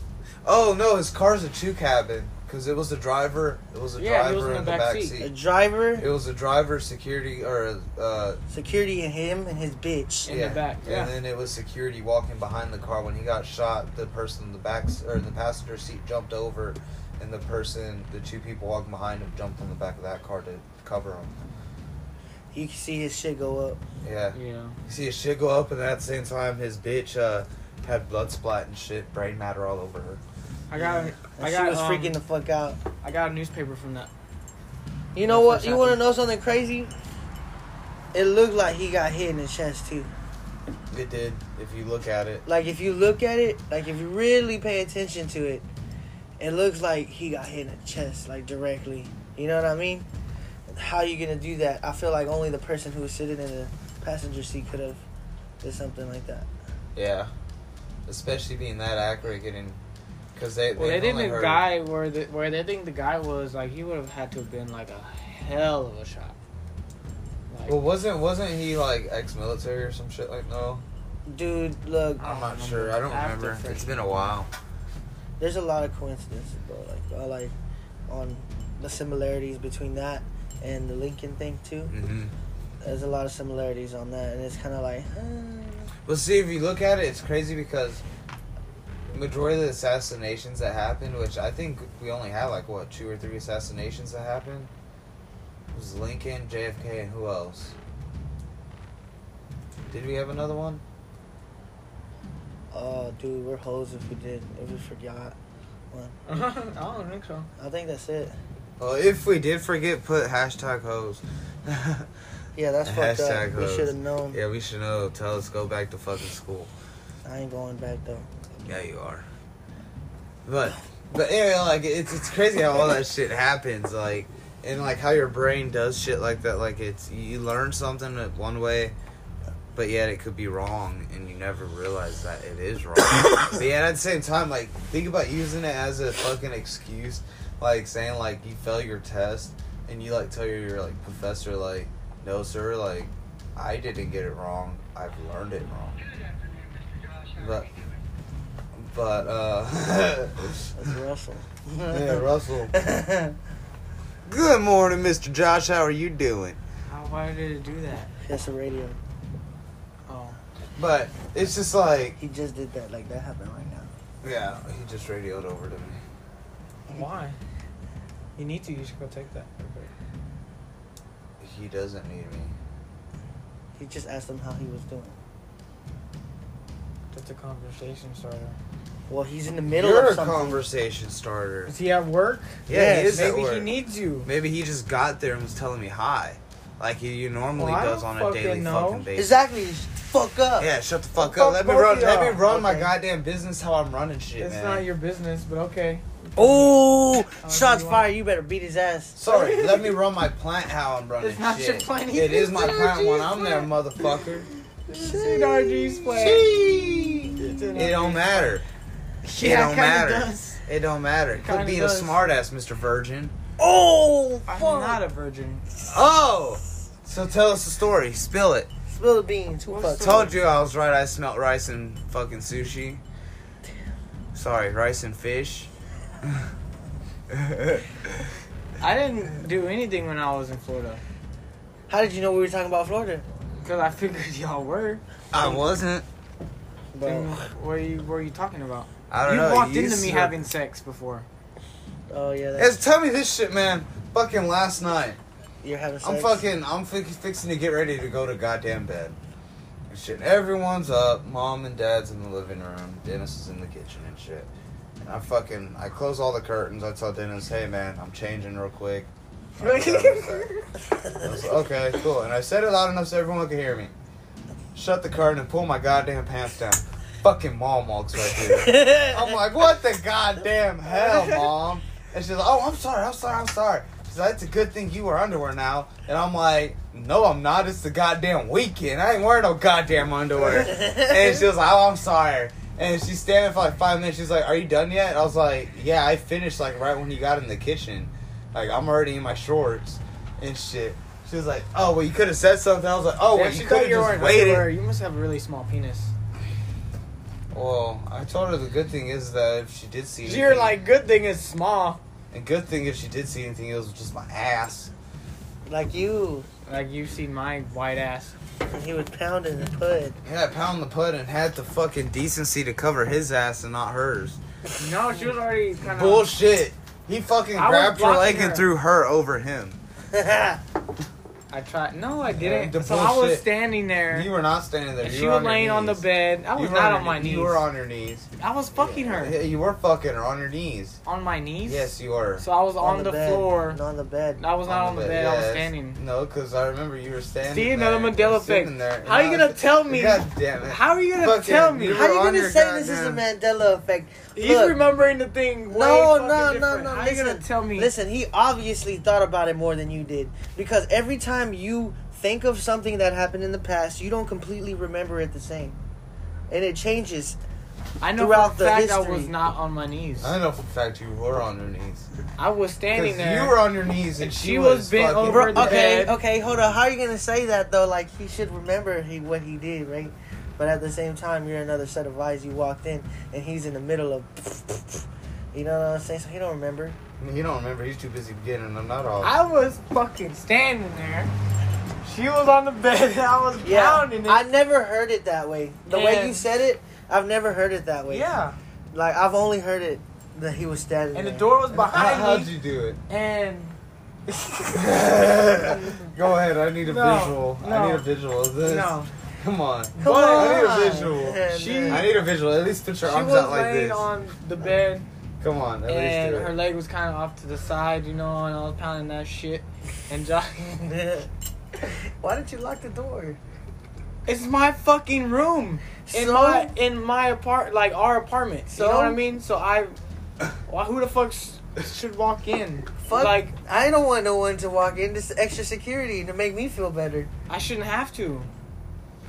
Oh no, his car's a two cabin because it was a driver. It was a
Yeah, he was
driver
in
in
the
the
back
back
seat.
seat.
A driver,
It was a driver, security, or uh,
security, and him and his bitch.
In the back, yeah.
And then it was security walking behind the car. When he got shot, the person in the back s- or in the passenger seat jumped over, and the person, the two people walking behind him, jumped on the back of that car to cover him.
you can see his shit go up.
Yeah.
Yeah.
You see his shit go up, and at the same time, his bitch uh, had blood splat and shit, brain matter all over her.
I got.
And
I
she
got.
was
um,
freaking the fuck out.
I got a newspaper from that.
You know
That's
what?
what's
You want to
happened.
know something crazy? It looked like he got hit in the chest too.
It did, if you look at it.
Like if you look at it, like if you really pay attention to it, it looks like he got hit in the chest, like directly. You know what I mean? How you gonna do that? I feel like only the person who was sitting in the passenger seat could have did something like that.
Yeah. Especially being that accurate, getting. Because they,
Well, they
they've
think
only
the
heard-
guy where the where they think the guy was like he would have had to have been like a hell of a shot. Like,
Well, wasn't wasn't he like ex-military or some shit like no?
Dude, look,
I'm not sure. I don't
After
remember. It's
freshman.
been a while.
there's a lot of coincidences, bro. Like, I like on the similarities between that and the Lincoln thing too.
Mm-hmm.
There's a lot of similarities on that, and it's kind of like, huh.
Well, see, if you look at it, it's crazy because majority of the assassinations that happened, which I think we only had like what two or three assassinations that happened, It was Lincoln, JFK, and who else? Did we have another one?
oh, dude, we're hoes if we did, if we forgot.
I don't think so.
I think that's it.
Well, Oh, if we did forget, put hashtag hoes.
Yeah, that's fucked
Hashtag
up. We
hoes.
should have known.
yeah, we should know. Tell us go back to fucking school.
I ain't going back though.
Yeah, you are. But but anyway, like it's it's crazy how all that shit happens, like and like how your brain does shit like that. Like it's you learn something that one way, but yet it could be wrong, and you never realize that it is wrong. but yet at the same time, like think about using it as a fucking excuse, like saying like you fail your test, and you like tell your, your like professor like, no sir, like I didn't get it wrong. I've learned it wrong. But but uh
That's Russell.
Yeah, Russell. Good morning, Mr. Josh. How are you doing?
How, why did it do that?
that's a radio.
Oh,
But it's just like
He just did that. Like that happened right now.
Yeah, he just radioed over to me.
why? You need to. You should go take that. Okay.
He doesn't need me.
He just asked him how he was doing.
That's a conversation starter.
Well, he's in the middle
You're
of
a
something.
conversation starter.
Is he at work?
Yeah, he is
Maybe
at
he
work.
needs you.
Maybe he just got there and was telling me hi. Like he, you normally
Well, I
does on
don't
a daily
fucking know.
fucking basis.
exactly. just Fuck up.
Yeah, shut the fuck
Fuck
up. Let me
both
run
of
let me
y'all.
run my
Okay.
goddamn business how I'm running shit,
It's
man.
not your business, but okay.
Oh,
Oh,
shots
you want-
fired. You better beat his ass.
Sorry, let me run my plant how I'm running
It's not
shit.
your plant,
It is my
it's
plant when
RG's
I'm there, motherfucker.
It's an RG's plan. It's an
It don't
RG's
matter.
plan. Yeah,
it don't
kinda
matter.
does.
It don't matter. Quit
Kinda
being
does.
a smartass, Mr. Virgin.
Oh,
I'm
fuck.
not a virgin.
Oh! So tell us the story. Spill it.
Spill the beans. Who
What's
fucked?
the-
Told you I was right. I smelt rice and fucking sushi. Sorry, rice and fish.
I didn't do anything when I was in Florida.
How did you know we were talking about Florida?
Cause I figured y'all were.
I wasn't.
Then
Bro.
what are you what are you talking about?
I don't
You
know.
walked
you
into me
smell-
having sex before.
Oh yeah. That's,
It's, tell me this shit, man. Fucking last night.
you're having sex.
I'm fucking. I'm fi- fixing to get ready to go to goddamn bed. And shit, everyone's up. Mom and dad's in the living room. Dennis is in the kitchen and shit. And I fucking. I close all the curtains. I tell Dennis, "Hey man, I'm changing real quick." I was like, okay, cool. And I said it loud enough so everyone could hear me. Shut the curtain and pull my goddamn pants down. Fucking mom walks right through. I'm like, what the goddamn hell, mom? And she's like, oh, I'm sorry, I'm sorry, I'm sorry. She's like, it's a good thing you wear underwear now. And I'm like, no, I'm not. It's the goddamn weekend. I ain't wearing no goddamn underwear. and she was like, oh, I'm sorry. And she's standing for like five minutes. She's like, are you done yet? I was like, yeah, I finished like right when you got in the kitchen. Like, I'm already in my shorts and shit. She was like, oh, well, you could have said something. I was like, oh, well,
If
you
thought
could have
you were
just
in
waited.
underwear, You must have a really small penis.
Well, I told her the good thing is that if she did see
You're
anything-
like, good thing it's small.
And good thing if she did see anything, it was just my ass.
like you.
Like you see my white ass.
He was pounding the pud.
Yeah, I pound the pudding had the fucking decency to cover his ass and not hers.
No, she was already kind of.
Bullshit. He fucking
I was
grabbed her leg
blocking
and
her.
threw her over him.
I tried. No, I didn't.
the
so I was
bullshit.
standing there.
You were not standing there.
and
you
she
were
was
on your
laying on the
knees.
bed. I
You
was
were
not
on
on my
your-
knees.
You were on your knees.
I was fucking
Yeah,
her
You were fucking her on your knees.
on my knees.
Yes, you were.
So I was on, the,
bed.
floor.
No, on the bed.
I was not on the bed. I was
yes.
standing.
No, because I remember you were standing.
See, another
there,
Mandela
sitting
effect.
there, and
How you
I
gonna
was-
tell me-
God damn it!
How are you gonna
Fucking-
tell me?
you
How
were
you
on
gonna
your
say this is a
goddamn-
Mandela effect?
He's
Look,
remembering the thing. Way
no, no,
fucking
no,
different.
no.
How
Listen,
you gonna tell me?
Listen, he obviously thought about it more than you did because every time you think of something that happened in the past, you don't completely remember it the same, and it changes.
I know for a
throughout the
fact I
history.
was not on my knees.
I know for a fact you were on your knees.
I was standing
'Cause
there.
You were on your knees, and
And
she,
she was bent
fucking-
over the
okay,
bed.
okay, hold on. How are you gonna say that though? Like he should remember he what he did, right? But at the same time, you're another set of eyes. You walked in, and he's in the middle of. You know what I'm saying? So he don't remember.
You don't remember? He's too busy getting them not all.
I was fucking standing there. She was on the bed and I was
Yeah,
pounding it.
I never heard it that way. The way you
And-
said it, I've never heard it that way.
yeah.
Like I've only heard it that he was standing.
And the
there.
door was
How,
behind
how'd
me.
you do it?
And
Go ahead. I need a
No,
visual. I
no.
need a visual of this.
no.
Come on.
Come
But-
on.
I need a visual.
And,
She-
uh,
I need a visual. At least put your
she
arms
was
out like
laying
this.
on the bed
Come on. At least
and
do it.
her leg was kind of off to the side, you know, and I was pounding that shit. And Josh,
Why didn't you lock the door?
it's my fucking room in
So?
my in my apart like our apartment. So you know what I
So?
mean? So I, why who the fuck s- should walk in?
Fuck.
Like
I don't want no one to walk in. This is extra security to make me feel better.
I shouldn't have to.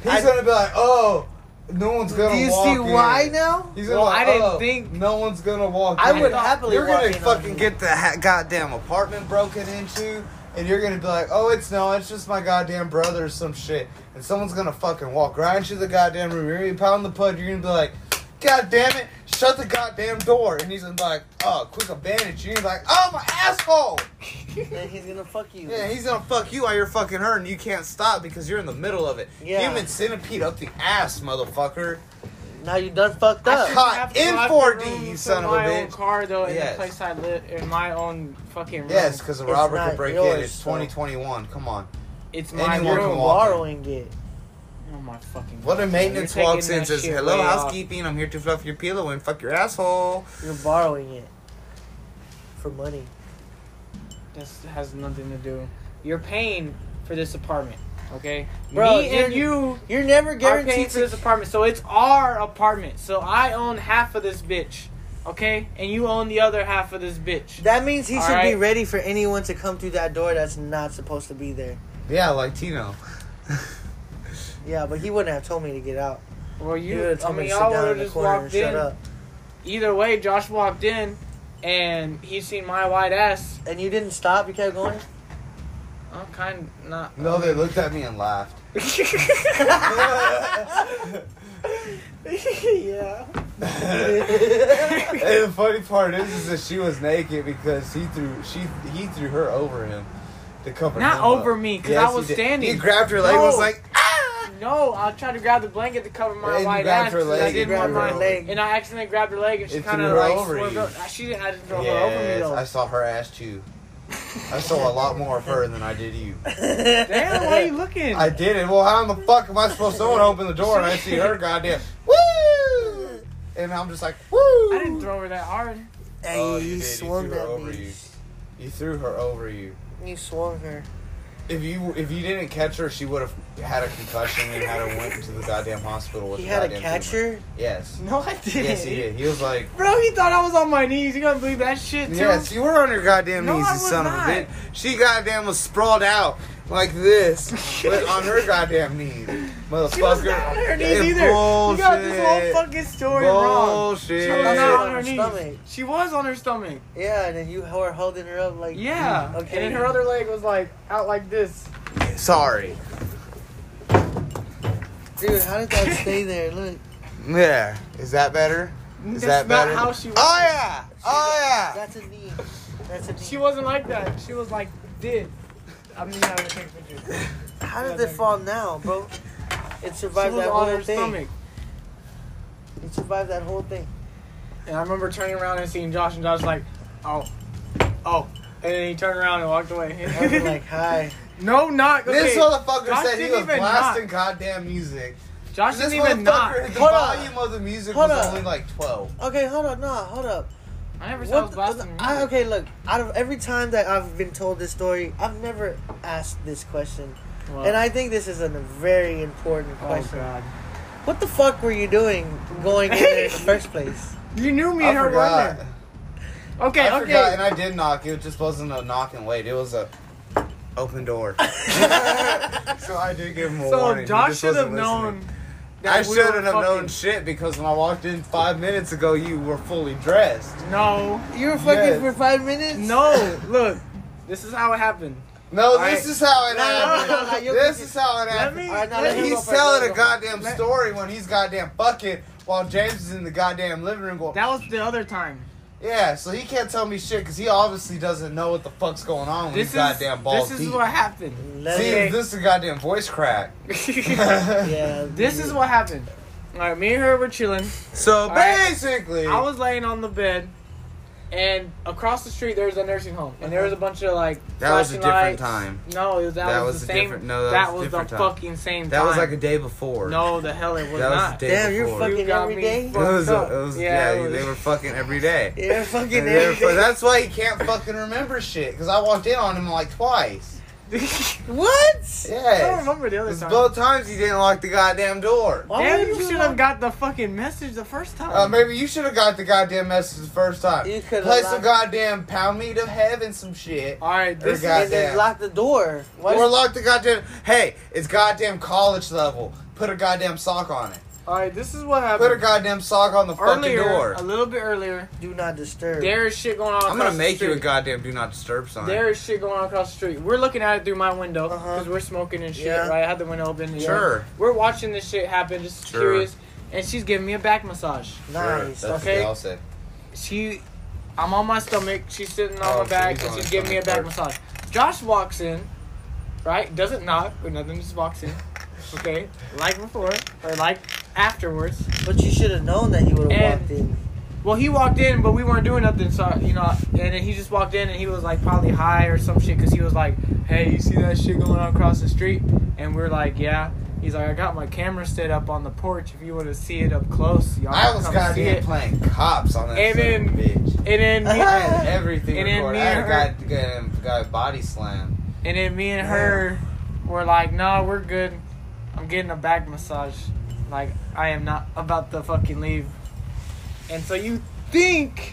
He's
I-
gonna be like, oh, no one's gonna.
Do you
walk
see
in."
why now?
He's
Well, I didn't
"Oh,
think-
no one's gonna walk.
I
in."
would
thought-
happily.
You're
walk
gonna
in on
fucking
you.
get the ha- goddamn apartment broken into, and you're gonna be like, oh, it's no, it's just my goddamn brother or some shit, and someone's gonna fucking walk right into the goddamn room. You're gonna pound the pud. You're gonna be like, god damn it, shut the goddamn door, and he's gonna be like, oh, quick a bandage. You're gonna be like, oh, my asshole.
And he's gonna fuck you.
Yeah, he's gonna fuck you while you're fucking her, and you can't stop because you're in the middle of it.
Yeah.
Human centipede up the ass, motherfucker.
now you done fucked
I
up.
caught-
have to
in
lock the
4D,
room
you
to
son of a
my own
bitch.
car though, in
Yes.
the place I live, in my own fucking room.
Yes, because a
It's
robber
not
could break in.
yours,
It's
so-
2021. Come on.
it's my
Anyone can
room.
walk.
Borrowing it.
Oh my fucking.
What if
God.
maintenance
You're taking
walks in
that
and says,
shit
"Hello,
way off.
housekeeping. I'm here to fluff your pillow and fuck your asshole."
You're borrowing it for money.
This has nothing to do. You're paying for this apartment, okay?
Bro,
Me and you
You're never
are paying
guaranteed
for
to.
this apartment, so it's our apartment. So I own half of this bitch, okay? And you own the other half of this bitch.
That means he
All
should be
right.
ready for anyone to come through that door that's not supposed to be there.
Yeah, like Tino.
Yeah, but he wouldn't have told me to get out.
well,
He
you,
would have
I
told me
mean,
to sit
y'all
down
would
in
have
the
just
corner and
walked
shut
in.
up.
Either way, Josh walked in, and he seen my white ass.
And you didn't stop. You kept going.
I'm kind of not. uh,
No, they looked at me and laughed.
yeah.
Oh,
and the funny part is, is that she was naked because he threw she he threw her over him to cover.
Not
him
over
up.
me, 'cause
Yes,
I was
he did.
standing.
He grabbed her leg and was
No.
like, "Ah!"
No, I tried to grab the blanket to cover my
And you
white
grabbed
ass.
her
'cause
leg.
I
You
didn't
grabbed
want
her
my
leg.
and I accidentally grabbed her leg, and she
It
kind
threw
of
her
like
over
swerved
you.
up. She didn't. I didn't throw
Yes,
her over me
I
though.
saw her ass too. I saw a lot more of her than I did you.
Damn, why are you looking?
I did it. Well, how in the fuck am I supposed? Someone open the door and I see her, goddamn, woo! And I'm just like, woo! Oh,
I didn't throw her that hard.
Hey, you, swung at me.
you. You threw her over you.
You swung her.
If you if you didn't catch her, she would have had a concussion and had to went to the goddamn hospital. With
He
the
had a
goddamn tumor.
catcher.
Yes.
No, I didn't.
Yes, he did. He was like,
Bro, he thought I was on my knees. You gonna believe that shit too?
yes, you were on your goddamn
No,
knees,
I
you
was
son of
not.
a bitch. She goddamn was sprawled out like this, but on her goddamn knees, motherfucker.
She was not on her knees
Yeah,
either.
Bullshit.
You got this whole fucking story wrong. She
Bullshit.
was
Yeah.
not on
On
her
her
knees.
stomach.
She was on her stomach.
Yeah, and then you were holding her up like.
Yeah.
Mm, Okay.
And then her other leg was like out like this.
Sorry.
Dude, how did that stay there? Look.
Yeah. Is that better? Is that
That's not
better?
how she was.
Oh yeah. Oh yeah.
That's a knee. That's a knee.
She wasn't like that. She was like this. I mean, I would take pictures. She
How did it fall now, bro? It survived
was
that
on
whole
her
thing.
stomach.
It survived that whole thing.
And I remember turning around and seeing Josh, and Josh was like, oh, oh. And then he turned around and walked away.
I was like, hi.
No, not okay.
This motherfucker
Josh
said he
didn't
was
even
blasting
knock.
goddamn music.
Josh
This
didn't even knock.
motherfucker, the
Hold up.
volume of the music
Hold
was
up.
only like 12.
Okay, hold up, nah, hold up.
I never said I
What
was
the,
blasting.
I,
music.
okay, look. Out of every time that I've been told this story, I've never asked this question,
Well,
and I think this is a very important
Oh
question.
god.
what the fuck were you doing going in there in the first place?
You knew me
I
and her
forgot.
running. Okay,
I
okay.
forgot, and I did knock. It just wasn't a knock and wait. It was a open door. so I did give him a
so
warning. He
Josh
just
should have
wasn't
known.
listening.
that
I
we
shouldn't
were
have known
fucking-
shit because when I walked in five minutes ago, you were fully dressed.
No,
You were fucking
Yes.
for five minutes.
no. Look, this is how it happened.
No,
Alright.
this is how it
No, no,
happened.
no, no, you're
this
confused.
is how it happened.
me-
Alright, now
let
let him
me-
go
he's
first,
telling
let him
a
go first.
goddamn story when he's goddamn fucking while James is in the goddamn living room going,
That was the other time.
yeah, so he can't tell me shit because he obviously doesn't know what the fuck's going on with
This
his
is
goddamn bald
this
teeth.
is what happened.
Let
See,
me-
this is a goddamn voice crack.
yeah.
This is what happened. All right, me and her were chilling.
So
right.
basically,
I was laying on the bed, and across the street there was a nursing home, and there was a bunch of like.
That was a
flashing
different
lights.
time.
No, it was, that,
That
was,
was
the
a
same.
different- no, that was a
was,
different
the
time.
fucking same.
that was
time.
like a day before.
No, the hell it was
that was
not.
the day
Damn, you're
before.
fucking
You got
every
me
day.
It was,
fucked
it was,
up.
yeah,
it was-
they were fucking every day.
You're fucking
And they were
every
fu-
day.
that's why he can't fucking remember shit because I walked in on him like twice.
What?
Yes.
I don't remember the other
It's
time.
both times he didn't lock the goddamn door.
Why
Damn,
would
you should
lock-
have got the fucking message the first time.
Uh, maybe you should have got the goddamn message the first time.
You coulda
Play
locked-
some goddamn pound me to heaven some shit.
All right, this
got-
and then
Goddamn.
lock the door. Why
Or lock the goddamn. Hey, it's goddamn college level. Put a goddamn sock on it.
all right, this is what
Put a
happened.
goddamn sock on the
Earlier,
fucking door.
a little bit earlier,
do not disturb?
there is shit going on.
I'm gonna
across the
make you a
street.
goddamn do not disturb sign.
There is shit going on across the street. We're looking at it through my window
Uh-huh.
because we're smoking and shit.
Yeah.
Right, I had the window open. you know.
Sure.
We're watching this shit happen, just
Sure.
curious. And she's giving me a back massage.
nice.
That's
okay.
what they all said.
She, I'm on my stomach. She's sitting on
Oh,
my
so
back,
he's
and
on
she's
his
giving me a back
stomach
massage. Josh walks in, right? Doesn't knock or nothing. Just walks in. Okay, like before or like afterwards.
But you should have known that he would have
And-
walked in.
Well, he walked in, but we weren't doing nothing. So you know, and then he just walked in, and he was like probably high or some shit, cause he was like, "Hey, you see that shit going on across the street?" And we're like, "Yeah." He's like, "I got my camera set up on the porch. If you want to see it up close, y'all
I
can
was
come see
goddamn
it."
playing cops on that
And
son of a
then-
bitch.
And then,
I
me,
had everything
And then
recorded. I
me and
had
her-
got, got, got a body slam.
and then me and her were like, "No, we're good. I'm getting a back massage. Like, I am not about to fucking leave." And so you think.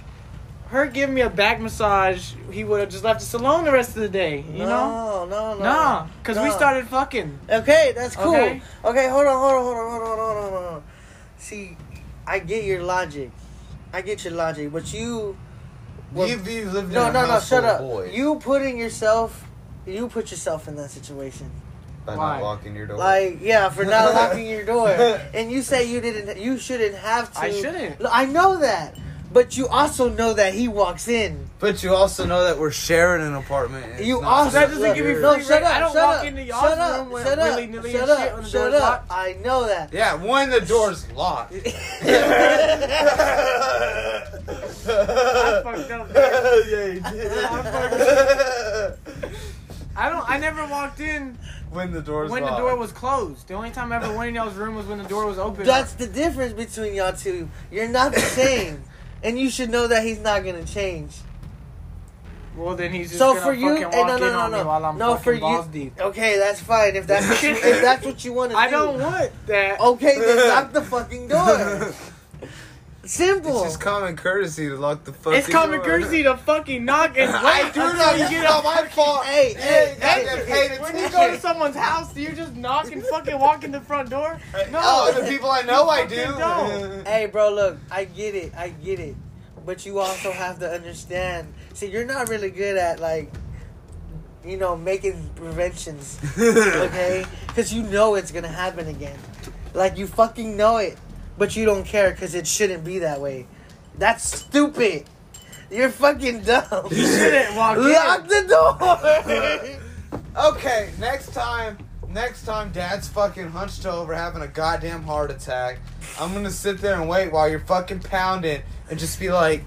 Her giving me a back massage, he would have just left us alone the rest of the day, you know?
No, no, no.
Nah, cause we
Nah.
started fucking.
Okay, that's cool. Okay.
Okay.
hold on, hold on, hold on, hold on, hold on, hold on, hold on. See, I get your logic. I get your logic, but you Well,
you've, you've lived
no,
in a
no, no,
house
shut
full of
up.
boys
You putting yourself, you put yourself in that situation.
by
Why?
not locking your door.
Like, yeah, for not locking your door, and you say you didn't, you shouldn't have to.
I shouldn't.
Look, I know that, but you also know that he walks in.
but you also know that we're sharing an apartment. and it's
You
not
also
just-
That doesn't
look,
give me
no,
free
shut
rein. I
up,
don't
shut
walk
up,
into y'all's
shut up,
room when
shut up,
willy-nilly
shut
and
up,
shit when the
shut
door's
up.
locked.
I know that.
Yeah, when the door's locked.
fucked up,
yeah, you did.
I don't. I never walked in
when the door's
when the
locked.
door was closed. The only time I ever went in y'all's room was when the door was open.
That's the difference between y'all two. You're not the same. and you should know that he's not gonna change.
well, then he's just
so
gonna
for you,
fucking
eh,
walk
no,
in
no,
on me
no,
while
no,
I'm
no.
fucking
For you,
balls deep.
okay, that's fine. If that's what you, if that's what you Oh, want to do,
I don't want that.
Okay, then lock the fucking door.
It's
Simple.
just common courtesy to lock the fucking
it's common
door.
courtesy to fucking knock and wait
I do
until
not.
you
It's
get
not
up.
my fault.
Hey, hey,
hey,
hey,
hey,
When you go to someone's house, do you just knock and fucking walk in the front door? No.
Oh, the people I know, I do.
fucking don't.
Hey, bro, look, I get it, I get it, but you also have to understand. See, you're not really good at like, you know, making preventions. okay? Because you know it's gonna happen again. Like you fucking know it, but you don't care because it shouldn't be that way. That's stupid. You're fucking dumb.
You shouldn't walk
Lock
in.
the door.
Okay, next time, next time Dad's fucking hunched over having a goddamn heart attack, I'm gonna sit there and wait while you're fucking pounding and just be like,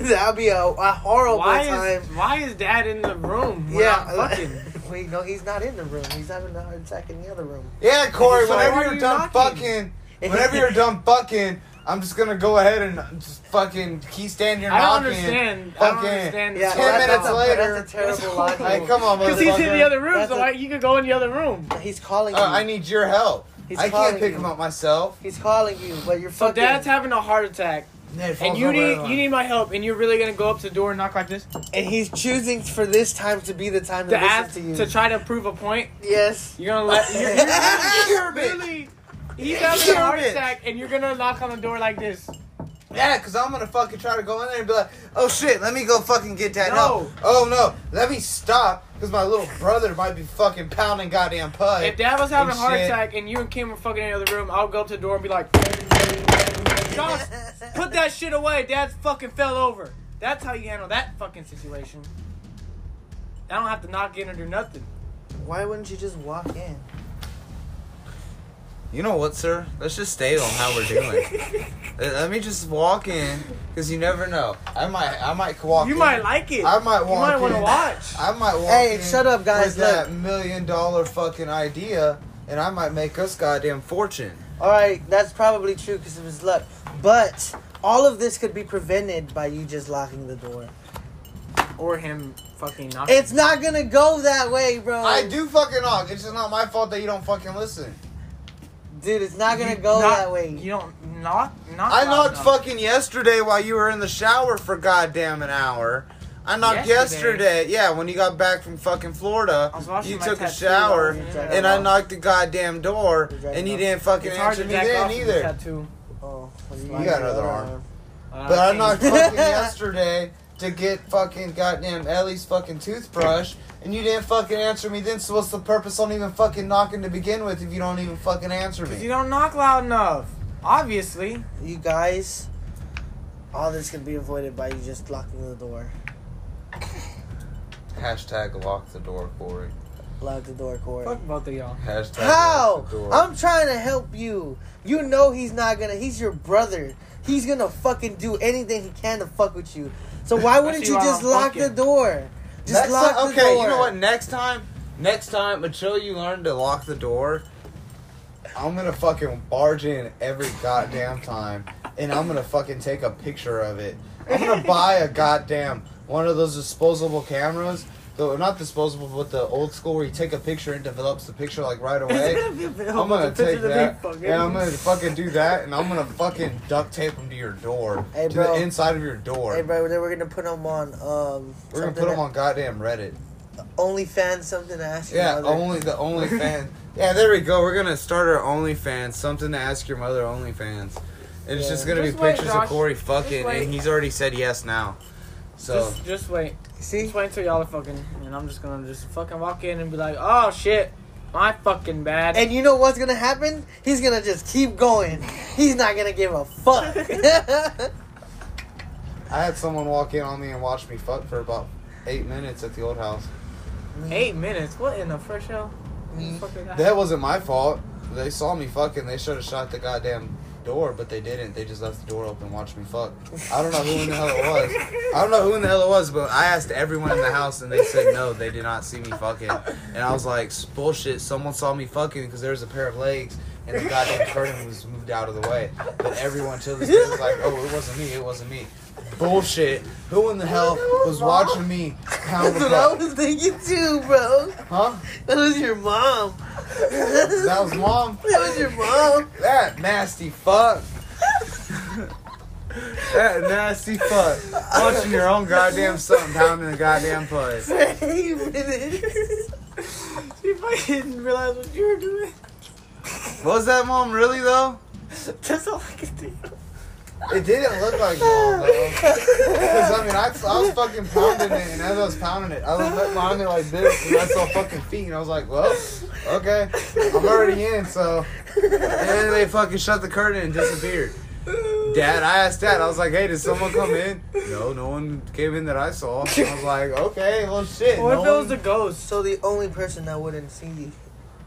That'll be a, a horrible
Why
time.
is why is Dad in the room? We're
yeah.
not fucking.
Wait, no, he's not in the room. He's having a heart attack in the other room.
Yeah, Corey,
So why
whenever
are
you're
you
done
knocking?
fucking, whenever you're done fucking, I'm just gonna go ahead and just fucking keep standing here
I don't
knocking.
understand. I don't
Fucking
understand.
Yeah,
this
10
well,
whole
that-
minutes
that's a,
thought.
later-
That's a terrible logic.
Hey, come on,
Cause he's in
motherfucker.
the other room,
That's
so
a-
I, you could go in the other room.
He's calling you.
Uh, I need your help.
He's
I
calling
can't pick
you.
him up myself.
He's calling you, but you're
So
fucking.
Dad's having a heart attack, and you need you need my help, and you're really gonna go up to the door and knock like this
and he's choosing for this time to be the time to,
to
listen
ask
to you.
to try to prove a point.
yes.
You're gonna let you're, you're
You're
really he's having a
You're a
heart
bitch.
attack, and you're gonna knock on the door like this.
Yeah, cause I'm gonna fucking try to go in there and be like, oh shit, let me go fucking get that
No.
help. Oh no, let me stop, cause my little brother might be fucking pounding goddamn pud.
If Dad was having a
and
heart
shit.
attack and you and Kim were fucking in the other room, I'll go up to the door and be like, Josh, put that shit away. Dad's fucking fell over. That's how you handle that fucking situation. I don't have to knock in or do nothing.
Why wouldn't you just walk in?
You know what, sir? Let's just stay on how we're doing. Let let me just walk in, cause you never know. I might, I might walk.
You
in.
might like it.
I might
You might
walk
want to
in.
watch.
I might walk.
Hey,
in
shut up, guys,
With that million dollar fucking idea, and I might make us goddamn fortune.
All right, that's probably true because of his luck. But all of this could be prevented by you just locking the door.
Or him fucking knocking.
It's not gonna go that way,
Oh.
bro.
I do fucking knock. It's just not my fault that you don't fucking listen.
dude. It's not gonna
You
go
knock-
that way.
You don't knock. knock
I
loud
knocked
enough.
fucking yesterday while you were in the shower for goddamn an hour. I knocked
Yesterday?
yesterday. Yeah, when you got back from fucking Florida,
I was washing
you
my
took a
tattoo
shower
on the internet.
and I knocked the goddamn door
You're jacking
and you
off.
didn't fucking
It's hard
answer
to
me
jack off
then
with
either.
tattoo.
Oh,
You got another arm.
Uh,
But I
Kim,
knocked fucking yesterday to get fucking goddamn Ellie's fucking toothbrush, and you didn't fucking answer me then. So what's the purpose on even fucking knocking to begin with if you don't even fucking answer
'cause
me?
You don't knock loud enough. Obviously.
You guys, all this could be avoided by you just locking the door.
Hashtag lock the door, Corey.
Lock the door, Corey.
Fuck both of y'all.
Hashtag
How? I'm trying to help you. You know he's not gonna. He's your brother. He's gonna fucking do anything he can to fuck with you. So why wouldn't
see
you
why
just
I'm
lock the
fucking-
door? Just
Next
lock
time,
the
okay,
door.
you know what? Next time, next time, until you learn to lock the door, I'm gonna fucking barge in every goddamn time, and I'm gonna fucking take a picture of it. I'm gonna buy a goddamn one of those disposable cameras. Though not disposable, but the old school where you take a picture and it develops the picture like right away. I'm gonna take that. Yeah, I'm gonna fucking do that, and I'm gonna fucking duct tape them to your door,
Hey,
to
bro.
the inside of your door.
Hey, bro, then we're gonna put him on. Um,
We're gonna
something
put them
that-
on goddamn Reddit.
OnlyFans. Something to ask. your
Yeah,
mother.
only the OnlyFans. yeah, there we go. We're gonna start our OnlyFans. Something to ask your mother. OnlyFans. And it's
Yeah.
just gonna
Just
be
wait,
pictures
Josh.
of Corey
Just
fucking,
wait.
and he's already said yes now. So
Just, just wait.
See,
Just wait until y'all are fucking, and I'm just gonna just fucking walk in and be like, oh shit, my fucking bad.
and you know what's gonna happen? He's gonna just keep going. He's not gonna give a fuck.
I had someone walk in on me and watch me fuck for about eight minutes at the old house.
Eight minutes. What in the fresh hell?
Mm.
Fucking-
That wasn't my fault. They saw me fucking. They should have shot the goddamn door, but they didn't. They just left the door open and watched me fuck. I don't know who in the hell it was. I don't know who in the hell it was, but I asked everyone in the house and they said no, they did not see me fucking. And I was like, bullshit, someone saw me fucking because there was a pair of legs and the goddamn curtain was moved out of the way. But everyone till this day was like, oh, it wasn't me, it wasn't me. Bullshit. Who in the hell was watching me pound
That's
the
what I
fuck?
was thinking too, bro.
Huh?
That was your mom.
That was mom.
That was your mom.
That nasty fuck. that nasty fuck. Watching your own goddamn son pounding the goddamn pud.
Hey, minutes.
She fucking didn't realize what you were doing.
Was that mom really though?
That's all I can think. of.
It didn't look like mom though. Cause I mean, I, I was fucking pounding it, and as I was pounding it, I looked up behind it like this, and I saw fucking feet, and I was like, well, okay, I'm already in, so. And then they fucking shut the curtain and disappeared. Dad, I asked Dad. I was like, "Hey, did someone come in?" No, no one came in that I saw. I was like, "Okay, well, shit."
What
no
if it was
one-
a ghost?
So the only person that wouldn't see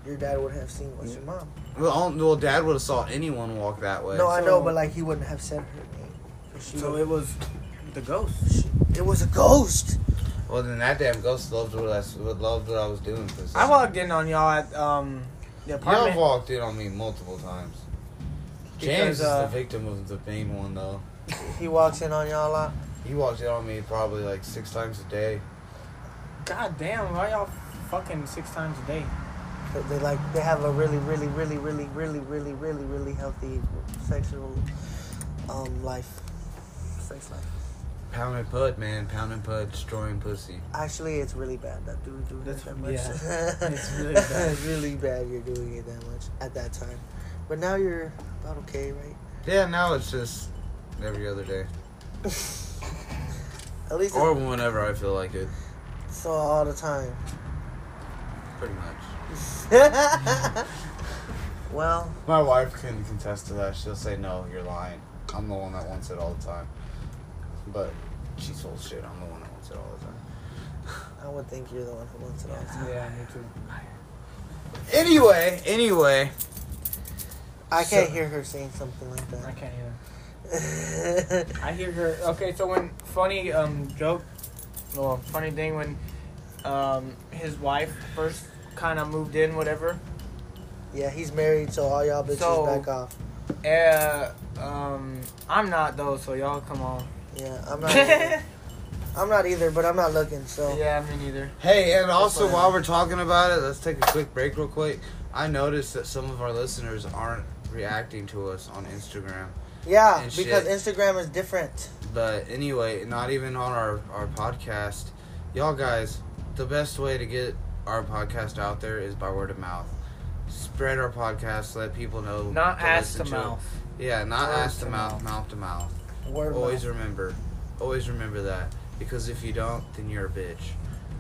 your dad would have seen was your mom.
Well, I don't- well, Dad would have saw anyone walk that way.
No, I
So-
know, but like he wouldn't have said her name. She
So
would-
it was The ghost.
It was a ghost.
Well, then that damn ghost loved what I loved what I was doing. For
I walked in on y'all at um the
Y'all
apartment.
walked in on me multiple times. James
Because, uh,
is the victim of the main one though.
He walks in on y'all a lot.
He walked in on me probably like six times a day.
God damn, why y'all fucking six times a day?
They- They like they have a really, really, really, really, really, really, really, really healthy sexual um life. Sex life.
Pound and put, man. Pound and put, destroying pussy.
Actually, it's really bad that dude doing
That's-
it that much.
yeah. It's really bad.
It's really bad you're doing it that much at that time. But now you're about okay, right?
Yeah, now it's just every other day
At least
or whenever I feel like it.
it's
Oh.
so all the time.
Pretty much.
well,
My wife can contest to that. She'll say, "No, you're lying. I'm the one that wants it all the time." But she's full of shit. I'm the one that wants it all the time.
I would think you're the one who wants it all. the time.
Yeah, me too.
Anyway, anyway.
I can't
So-
hear her saying something like
I
that.
can't either. I hear her. Okay, so when funny um joke, well, funny thing when um his wife first kind of moved in, whatever.
yeah, he's married, so all y'all bitches
So-
back off.
Uh, um, I'm not though, so y'all come on.
Yeah, I'm not. either. I'm not either, but I'm not looking. So
yeah, me neither.
Hey, and also
fine.
while we're talking about it, let's take a quick break real quick. I noticed that some of our listeners aren't reacting to us on Instagram.
yeah,
And
because
shit.
Instagram is different.
But anyway, not even on our, our podcast. Y'all guys, the best way to get our podcast out there is by word of mouth. Spread our podcast, let people know.
Not ass to
listen it.
mouth.
Yeah, not
Word
ass
to
to mouth, mouth to mouth.
Word
Always
Always.
remember. Always remember that. Because if you don't, then you're a bitch.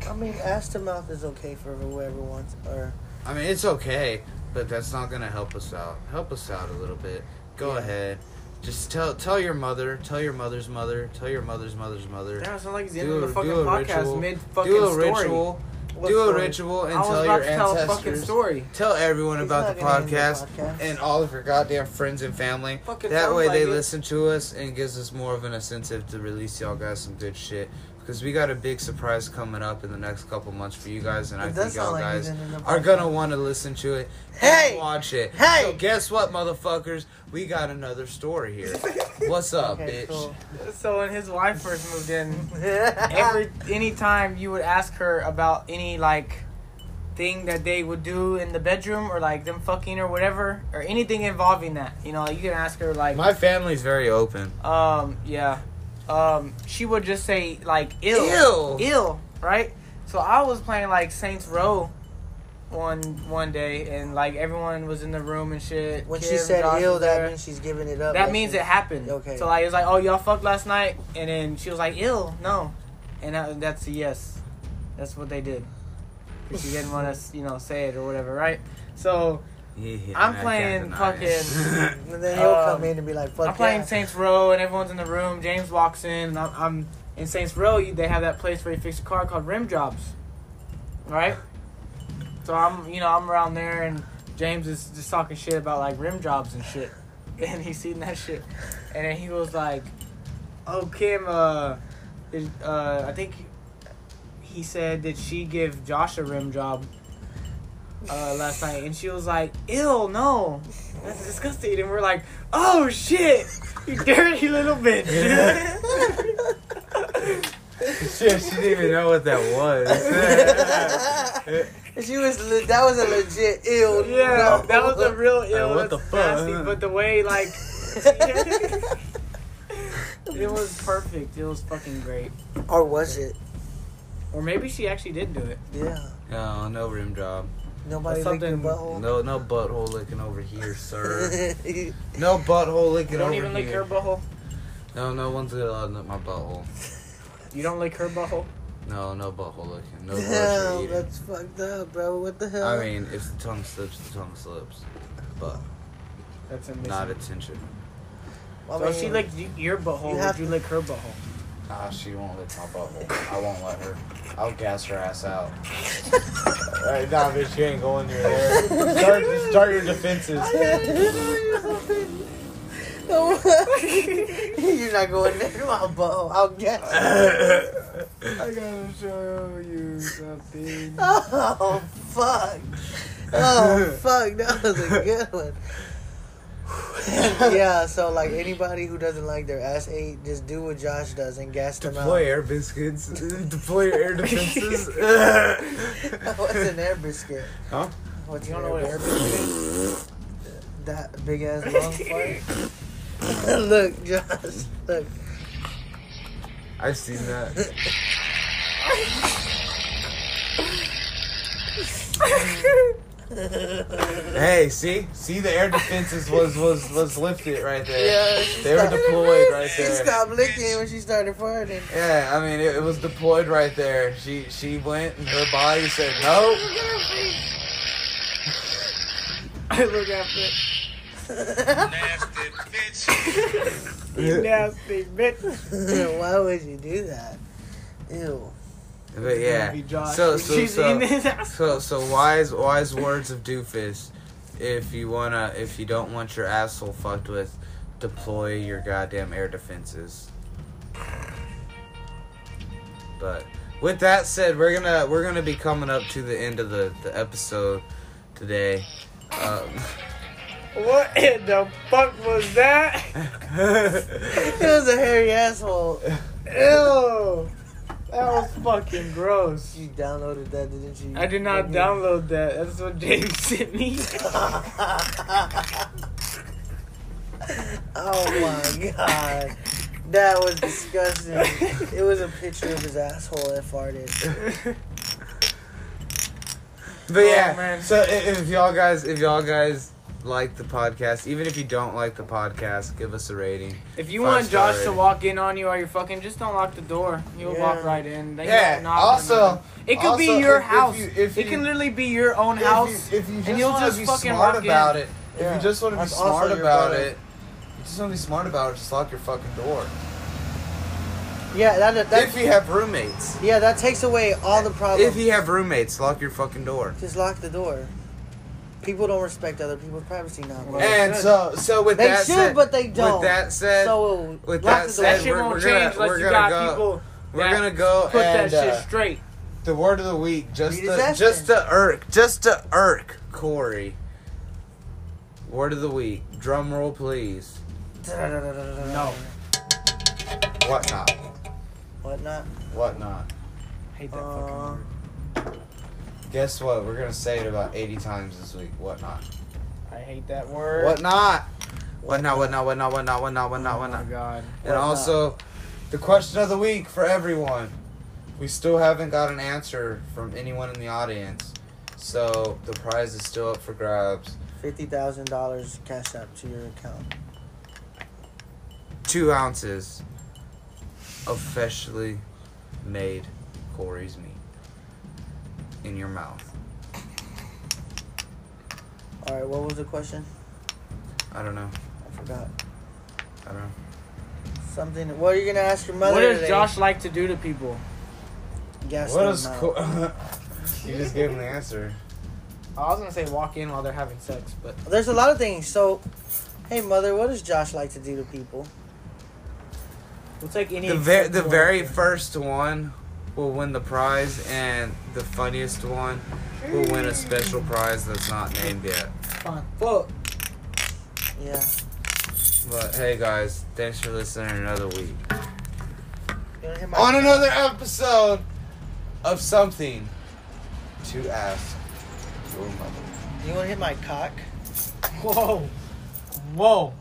I mean, ass to mouth is okay for whoever wants, or
I mean, it's okay, but that's not gonna help us out. Help us out a little bit. Go
Yeah.
ahead. Just tell tell your mother, tell your mother's mother, tell your mother's mother's mother.
Damn, it's not like it's the end
Do
of the
a-
fucking
do a
podcast
ritual.
mid fucking
do a
story.
ritual.
What
do a
story?
ritual and
I was
tell
about
your
to tell a fucking
ancestors. Tell,
story.
everyone
He's
about
not
the
gonna end the
podcast,
podcast.
and all of your goddamn friends and family.
Fucking
that
sounds
way they
like it.
listen to us and gives us more of an incentive to release y'all guys some good shit. Because we got a big surprise coming up in the next couple months for you guys, and
It
I
does
think y'all
sound like he's
guys
in the
are gonna want to listen to it
Hey!
and watch it.
Hey!
So guess what, motherfuckers? We got another story here. What's up, bitch?
Okay, cool.
So when his wife first moved in, every any time you would ask her about any like thing that they would do in the bedroom or like them fucking or whatever or anything involving that, you know, like, you can ask her like,
My family's very open.
um, yeah, um, she would just say like, ill,
Ew.
ill, right? So I was playing like Saints Row. One one day and like everyone was in the room and shit.
when she
Kim,
said
Josh
ill,
was
that
there.
means she's giving it up.
That
like
means
she-
it happened.
Okay.
So like it was like, oh y'all fucked last night, and then she was like, ill, no, and that, that's a yes. That's what they did. 'Cause she didn't want us, you know, say it or whatever, right? So I'm playing fucking-
And then he'll
Um,
come in and be like, "Fuck
I'm playing
yeah."
Saints Row, and everyone's in the room. James walks in, and I'm, I'm in Saints Row. you- They have that place where you fix a car called Rim Jobs, right? So I'm, you know, I'm around there, and James is just talking shit about like rim jobs and shit, and he's seen that shit, and then he was like, "Oh Kim, uh, did, uh, I think he said did she give Josh a rim job uh, last night?" And she was like, "Ill, no, that's disgusting." And we're like, "Oh shit, you dirty little bitch."
Shit, she didn't even know what that was.
She was le- that was a legit ill.
yeah,
no.
that was a real ill.
Uh, what the
that's
fuck, huh?
Nasty, but the way like. it was perfect. It was fucking great.
or was it?
Or maybe she actually did do it.
Yeah,
no, no rim job.
nobody licked your
Something-
butthole.
No, no butthole licking over here, sir. No butthole licking
You don't
over
even lick
here.
her butthole.
no, no one's allowed to lick my butthole.
You don't lick her butthole.
No, no butthole licking. No
Damn,
grocery eating.
that's fucked up, bro. What the hell?
I mean, if the tongue slips, the tongue slips. But
That's amazing.
not attention.
I
so if
mean,
Oh, she licked y- your butthole,
You
would
have
you
to-
lick her butthole?
Nah, Ah, she won't lick my butthole. I won't let her. I'll gas her ass out. Alright, nah, bitch, you ain't going near there. Start, start your defenses.
I didn't know you were so big. You're not going there, my butthole. I'll guess.
I gotta show you something.
Oh fuck. Oh fuck. That was a good one. yeah, so like anybody who doesn't like their ass ate, just do what Josh does and gas them
Deploy air biscuits. Deploy your air defenses.
out. What's an air biscuit?
Huh?
What's
You
an
don't know what
air
air
biscuit?
biscuit is?
That big ass long fart. look, Josh. Look.
I've seen that. hey, see, see, the air defenses was was was lifted right there.
Yeah, she
they were
stopped-
deployed right
She
there.
stopped licking when she started farting.
Yeah, I mean, it, it was deployed right there. She she went and her body said no.
I look after it. You
but
nasty bitch.
Why would you do that? Ew.
yeah,
Be Josh.
so so
She's eating
so
his ass.
so so wise wise words of doofus. If you wanna, if you don't want your asshole fucked with, deploy your goddamn air defenses. But with that said, we're gonna we're gonna be coming up to the end of the the episode today. Um,
What in the fuck was that?
It was a hairy asshole.
Ew. That was fucking gross.
You downloaded that, didn't you?
I did not
Mhm.
download that. That's what James sent me.
oh my god. That was disgusting. it was a picture of his asshole that farted.
But
Oh,
yeah,
man.
so i- if y'all guys, if y'all guys like the podcast, even if you don't like the podcast, give us a rating.
If you
Five
want
star
Josh to
rating.
walk in on you while you're fucking, just don't lock the door. You'll walk
Yeah.
right in. They
Yeah,
don't knock or
also-
nothing. it could be
also,
your
if- if
house.
you- if
it
you-
can literally be your own house.
if you, if you just
you'll
want
just
to be
fucking
smart
walk
about
in.
it,
Yeah.
if you just want to be
That's also
smart
your
about
brother.
it, you just want to be smart about it, just lock your fucking door.
Yeah, that, that,
if you have roommates,
yeah, that takes away all the problems.
if you have roommates, lock your fucking door.
Just lock the door. People don't respect other people's privacy now. bro.
Well, they
and
should.
so, so with
They
that
should,
said,
but they don't.
With that said,
so
with
lock
that
the
said,
that
door.
shit
we're-
won't
we're gonna-
change
we're
unless you
gonna
got
go-
people.
we're
that
gonna go
put
and
that
uh,
shit straight.
the word of the week just
Read his
to,
essay.
just to irk just to irk Corey. Word of the week. Drum roll, please.
No,
Whatnot.
Whatnot.
Whatnot.
hate that fucking
Uh,
word.
Guess what? We're gonna say it about 80 times this week. Whatnot.
I hate that word.
Whatnot. Whatnot. Whatnot. Whatnot. Whatnot. Whatnot. Whatnot.
Oh my
Whatnot.
god.
And also, the question of the week for everyone. We still haven't got an answer from anyone in the audience, so the prize is still up for grabs.
Fifty thousand dollars cash out to your account.
two ounces of freshly made Corey's meat in your mouth.
All right, what was the question?
I don't know.
I forgot.
I don't know.
Something. What are you gonna ask your mother?
What does
today?
Josh like to do to people?
Gas
what
them
is
out.
Cor- You just gave him the answer.
I was gonna say walk in while they're having sex, but
There's a lot of things. So, hey mother, what does Josh like to do to people?
we'll take any.
The, ver- the
acceptable
very
answer.
first one will win the prize, and the funniest one will win a special prize that's not named yet.
Fine. Fuck.
Yeah.
But hey, guys, thanks for listening another week.
You wanna hear my-
On another episode of Something to Ask Your Mother.
You want to hit my cock?
Whoa. Whoa.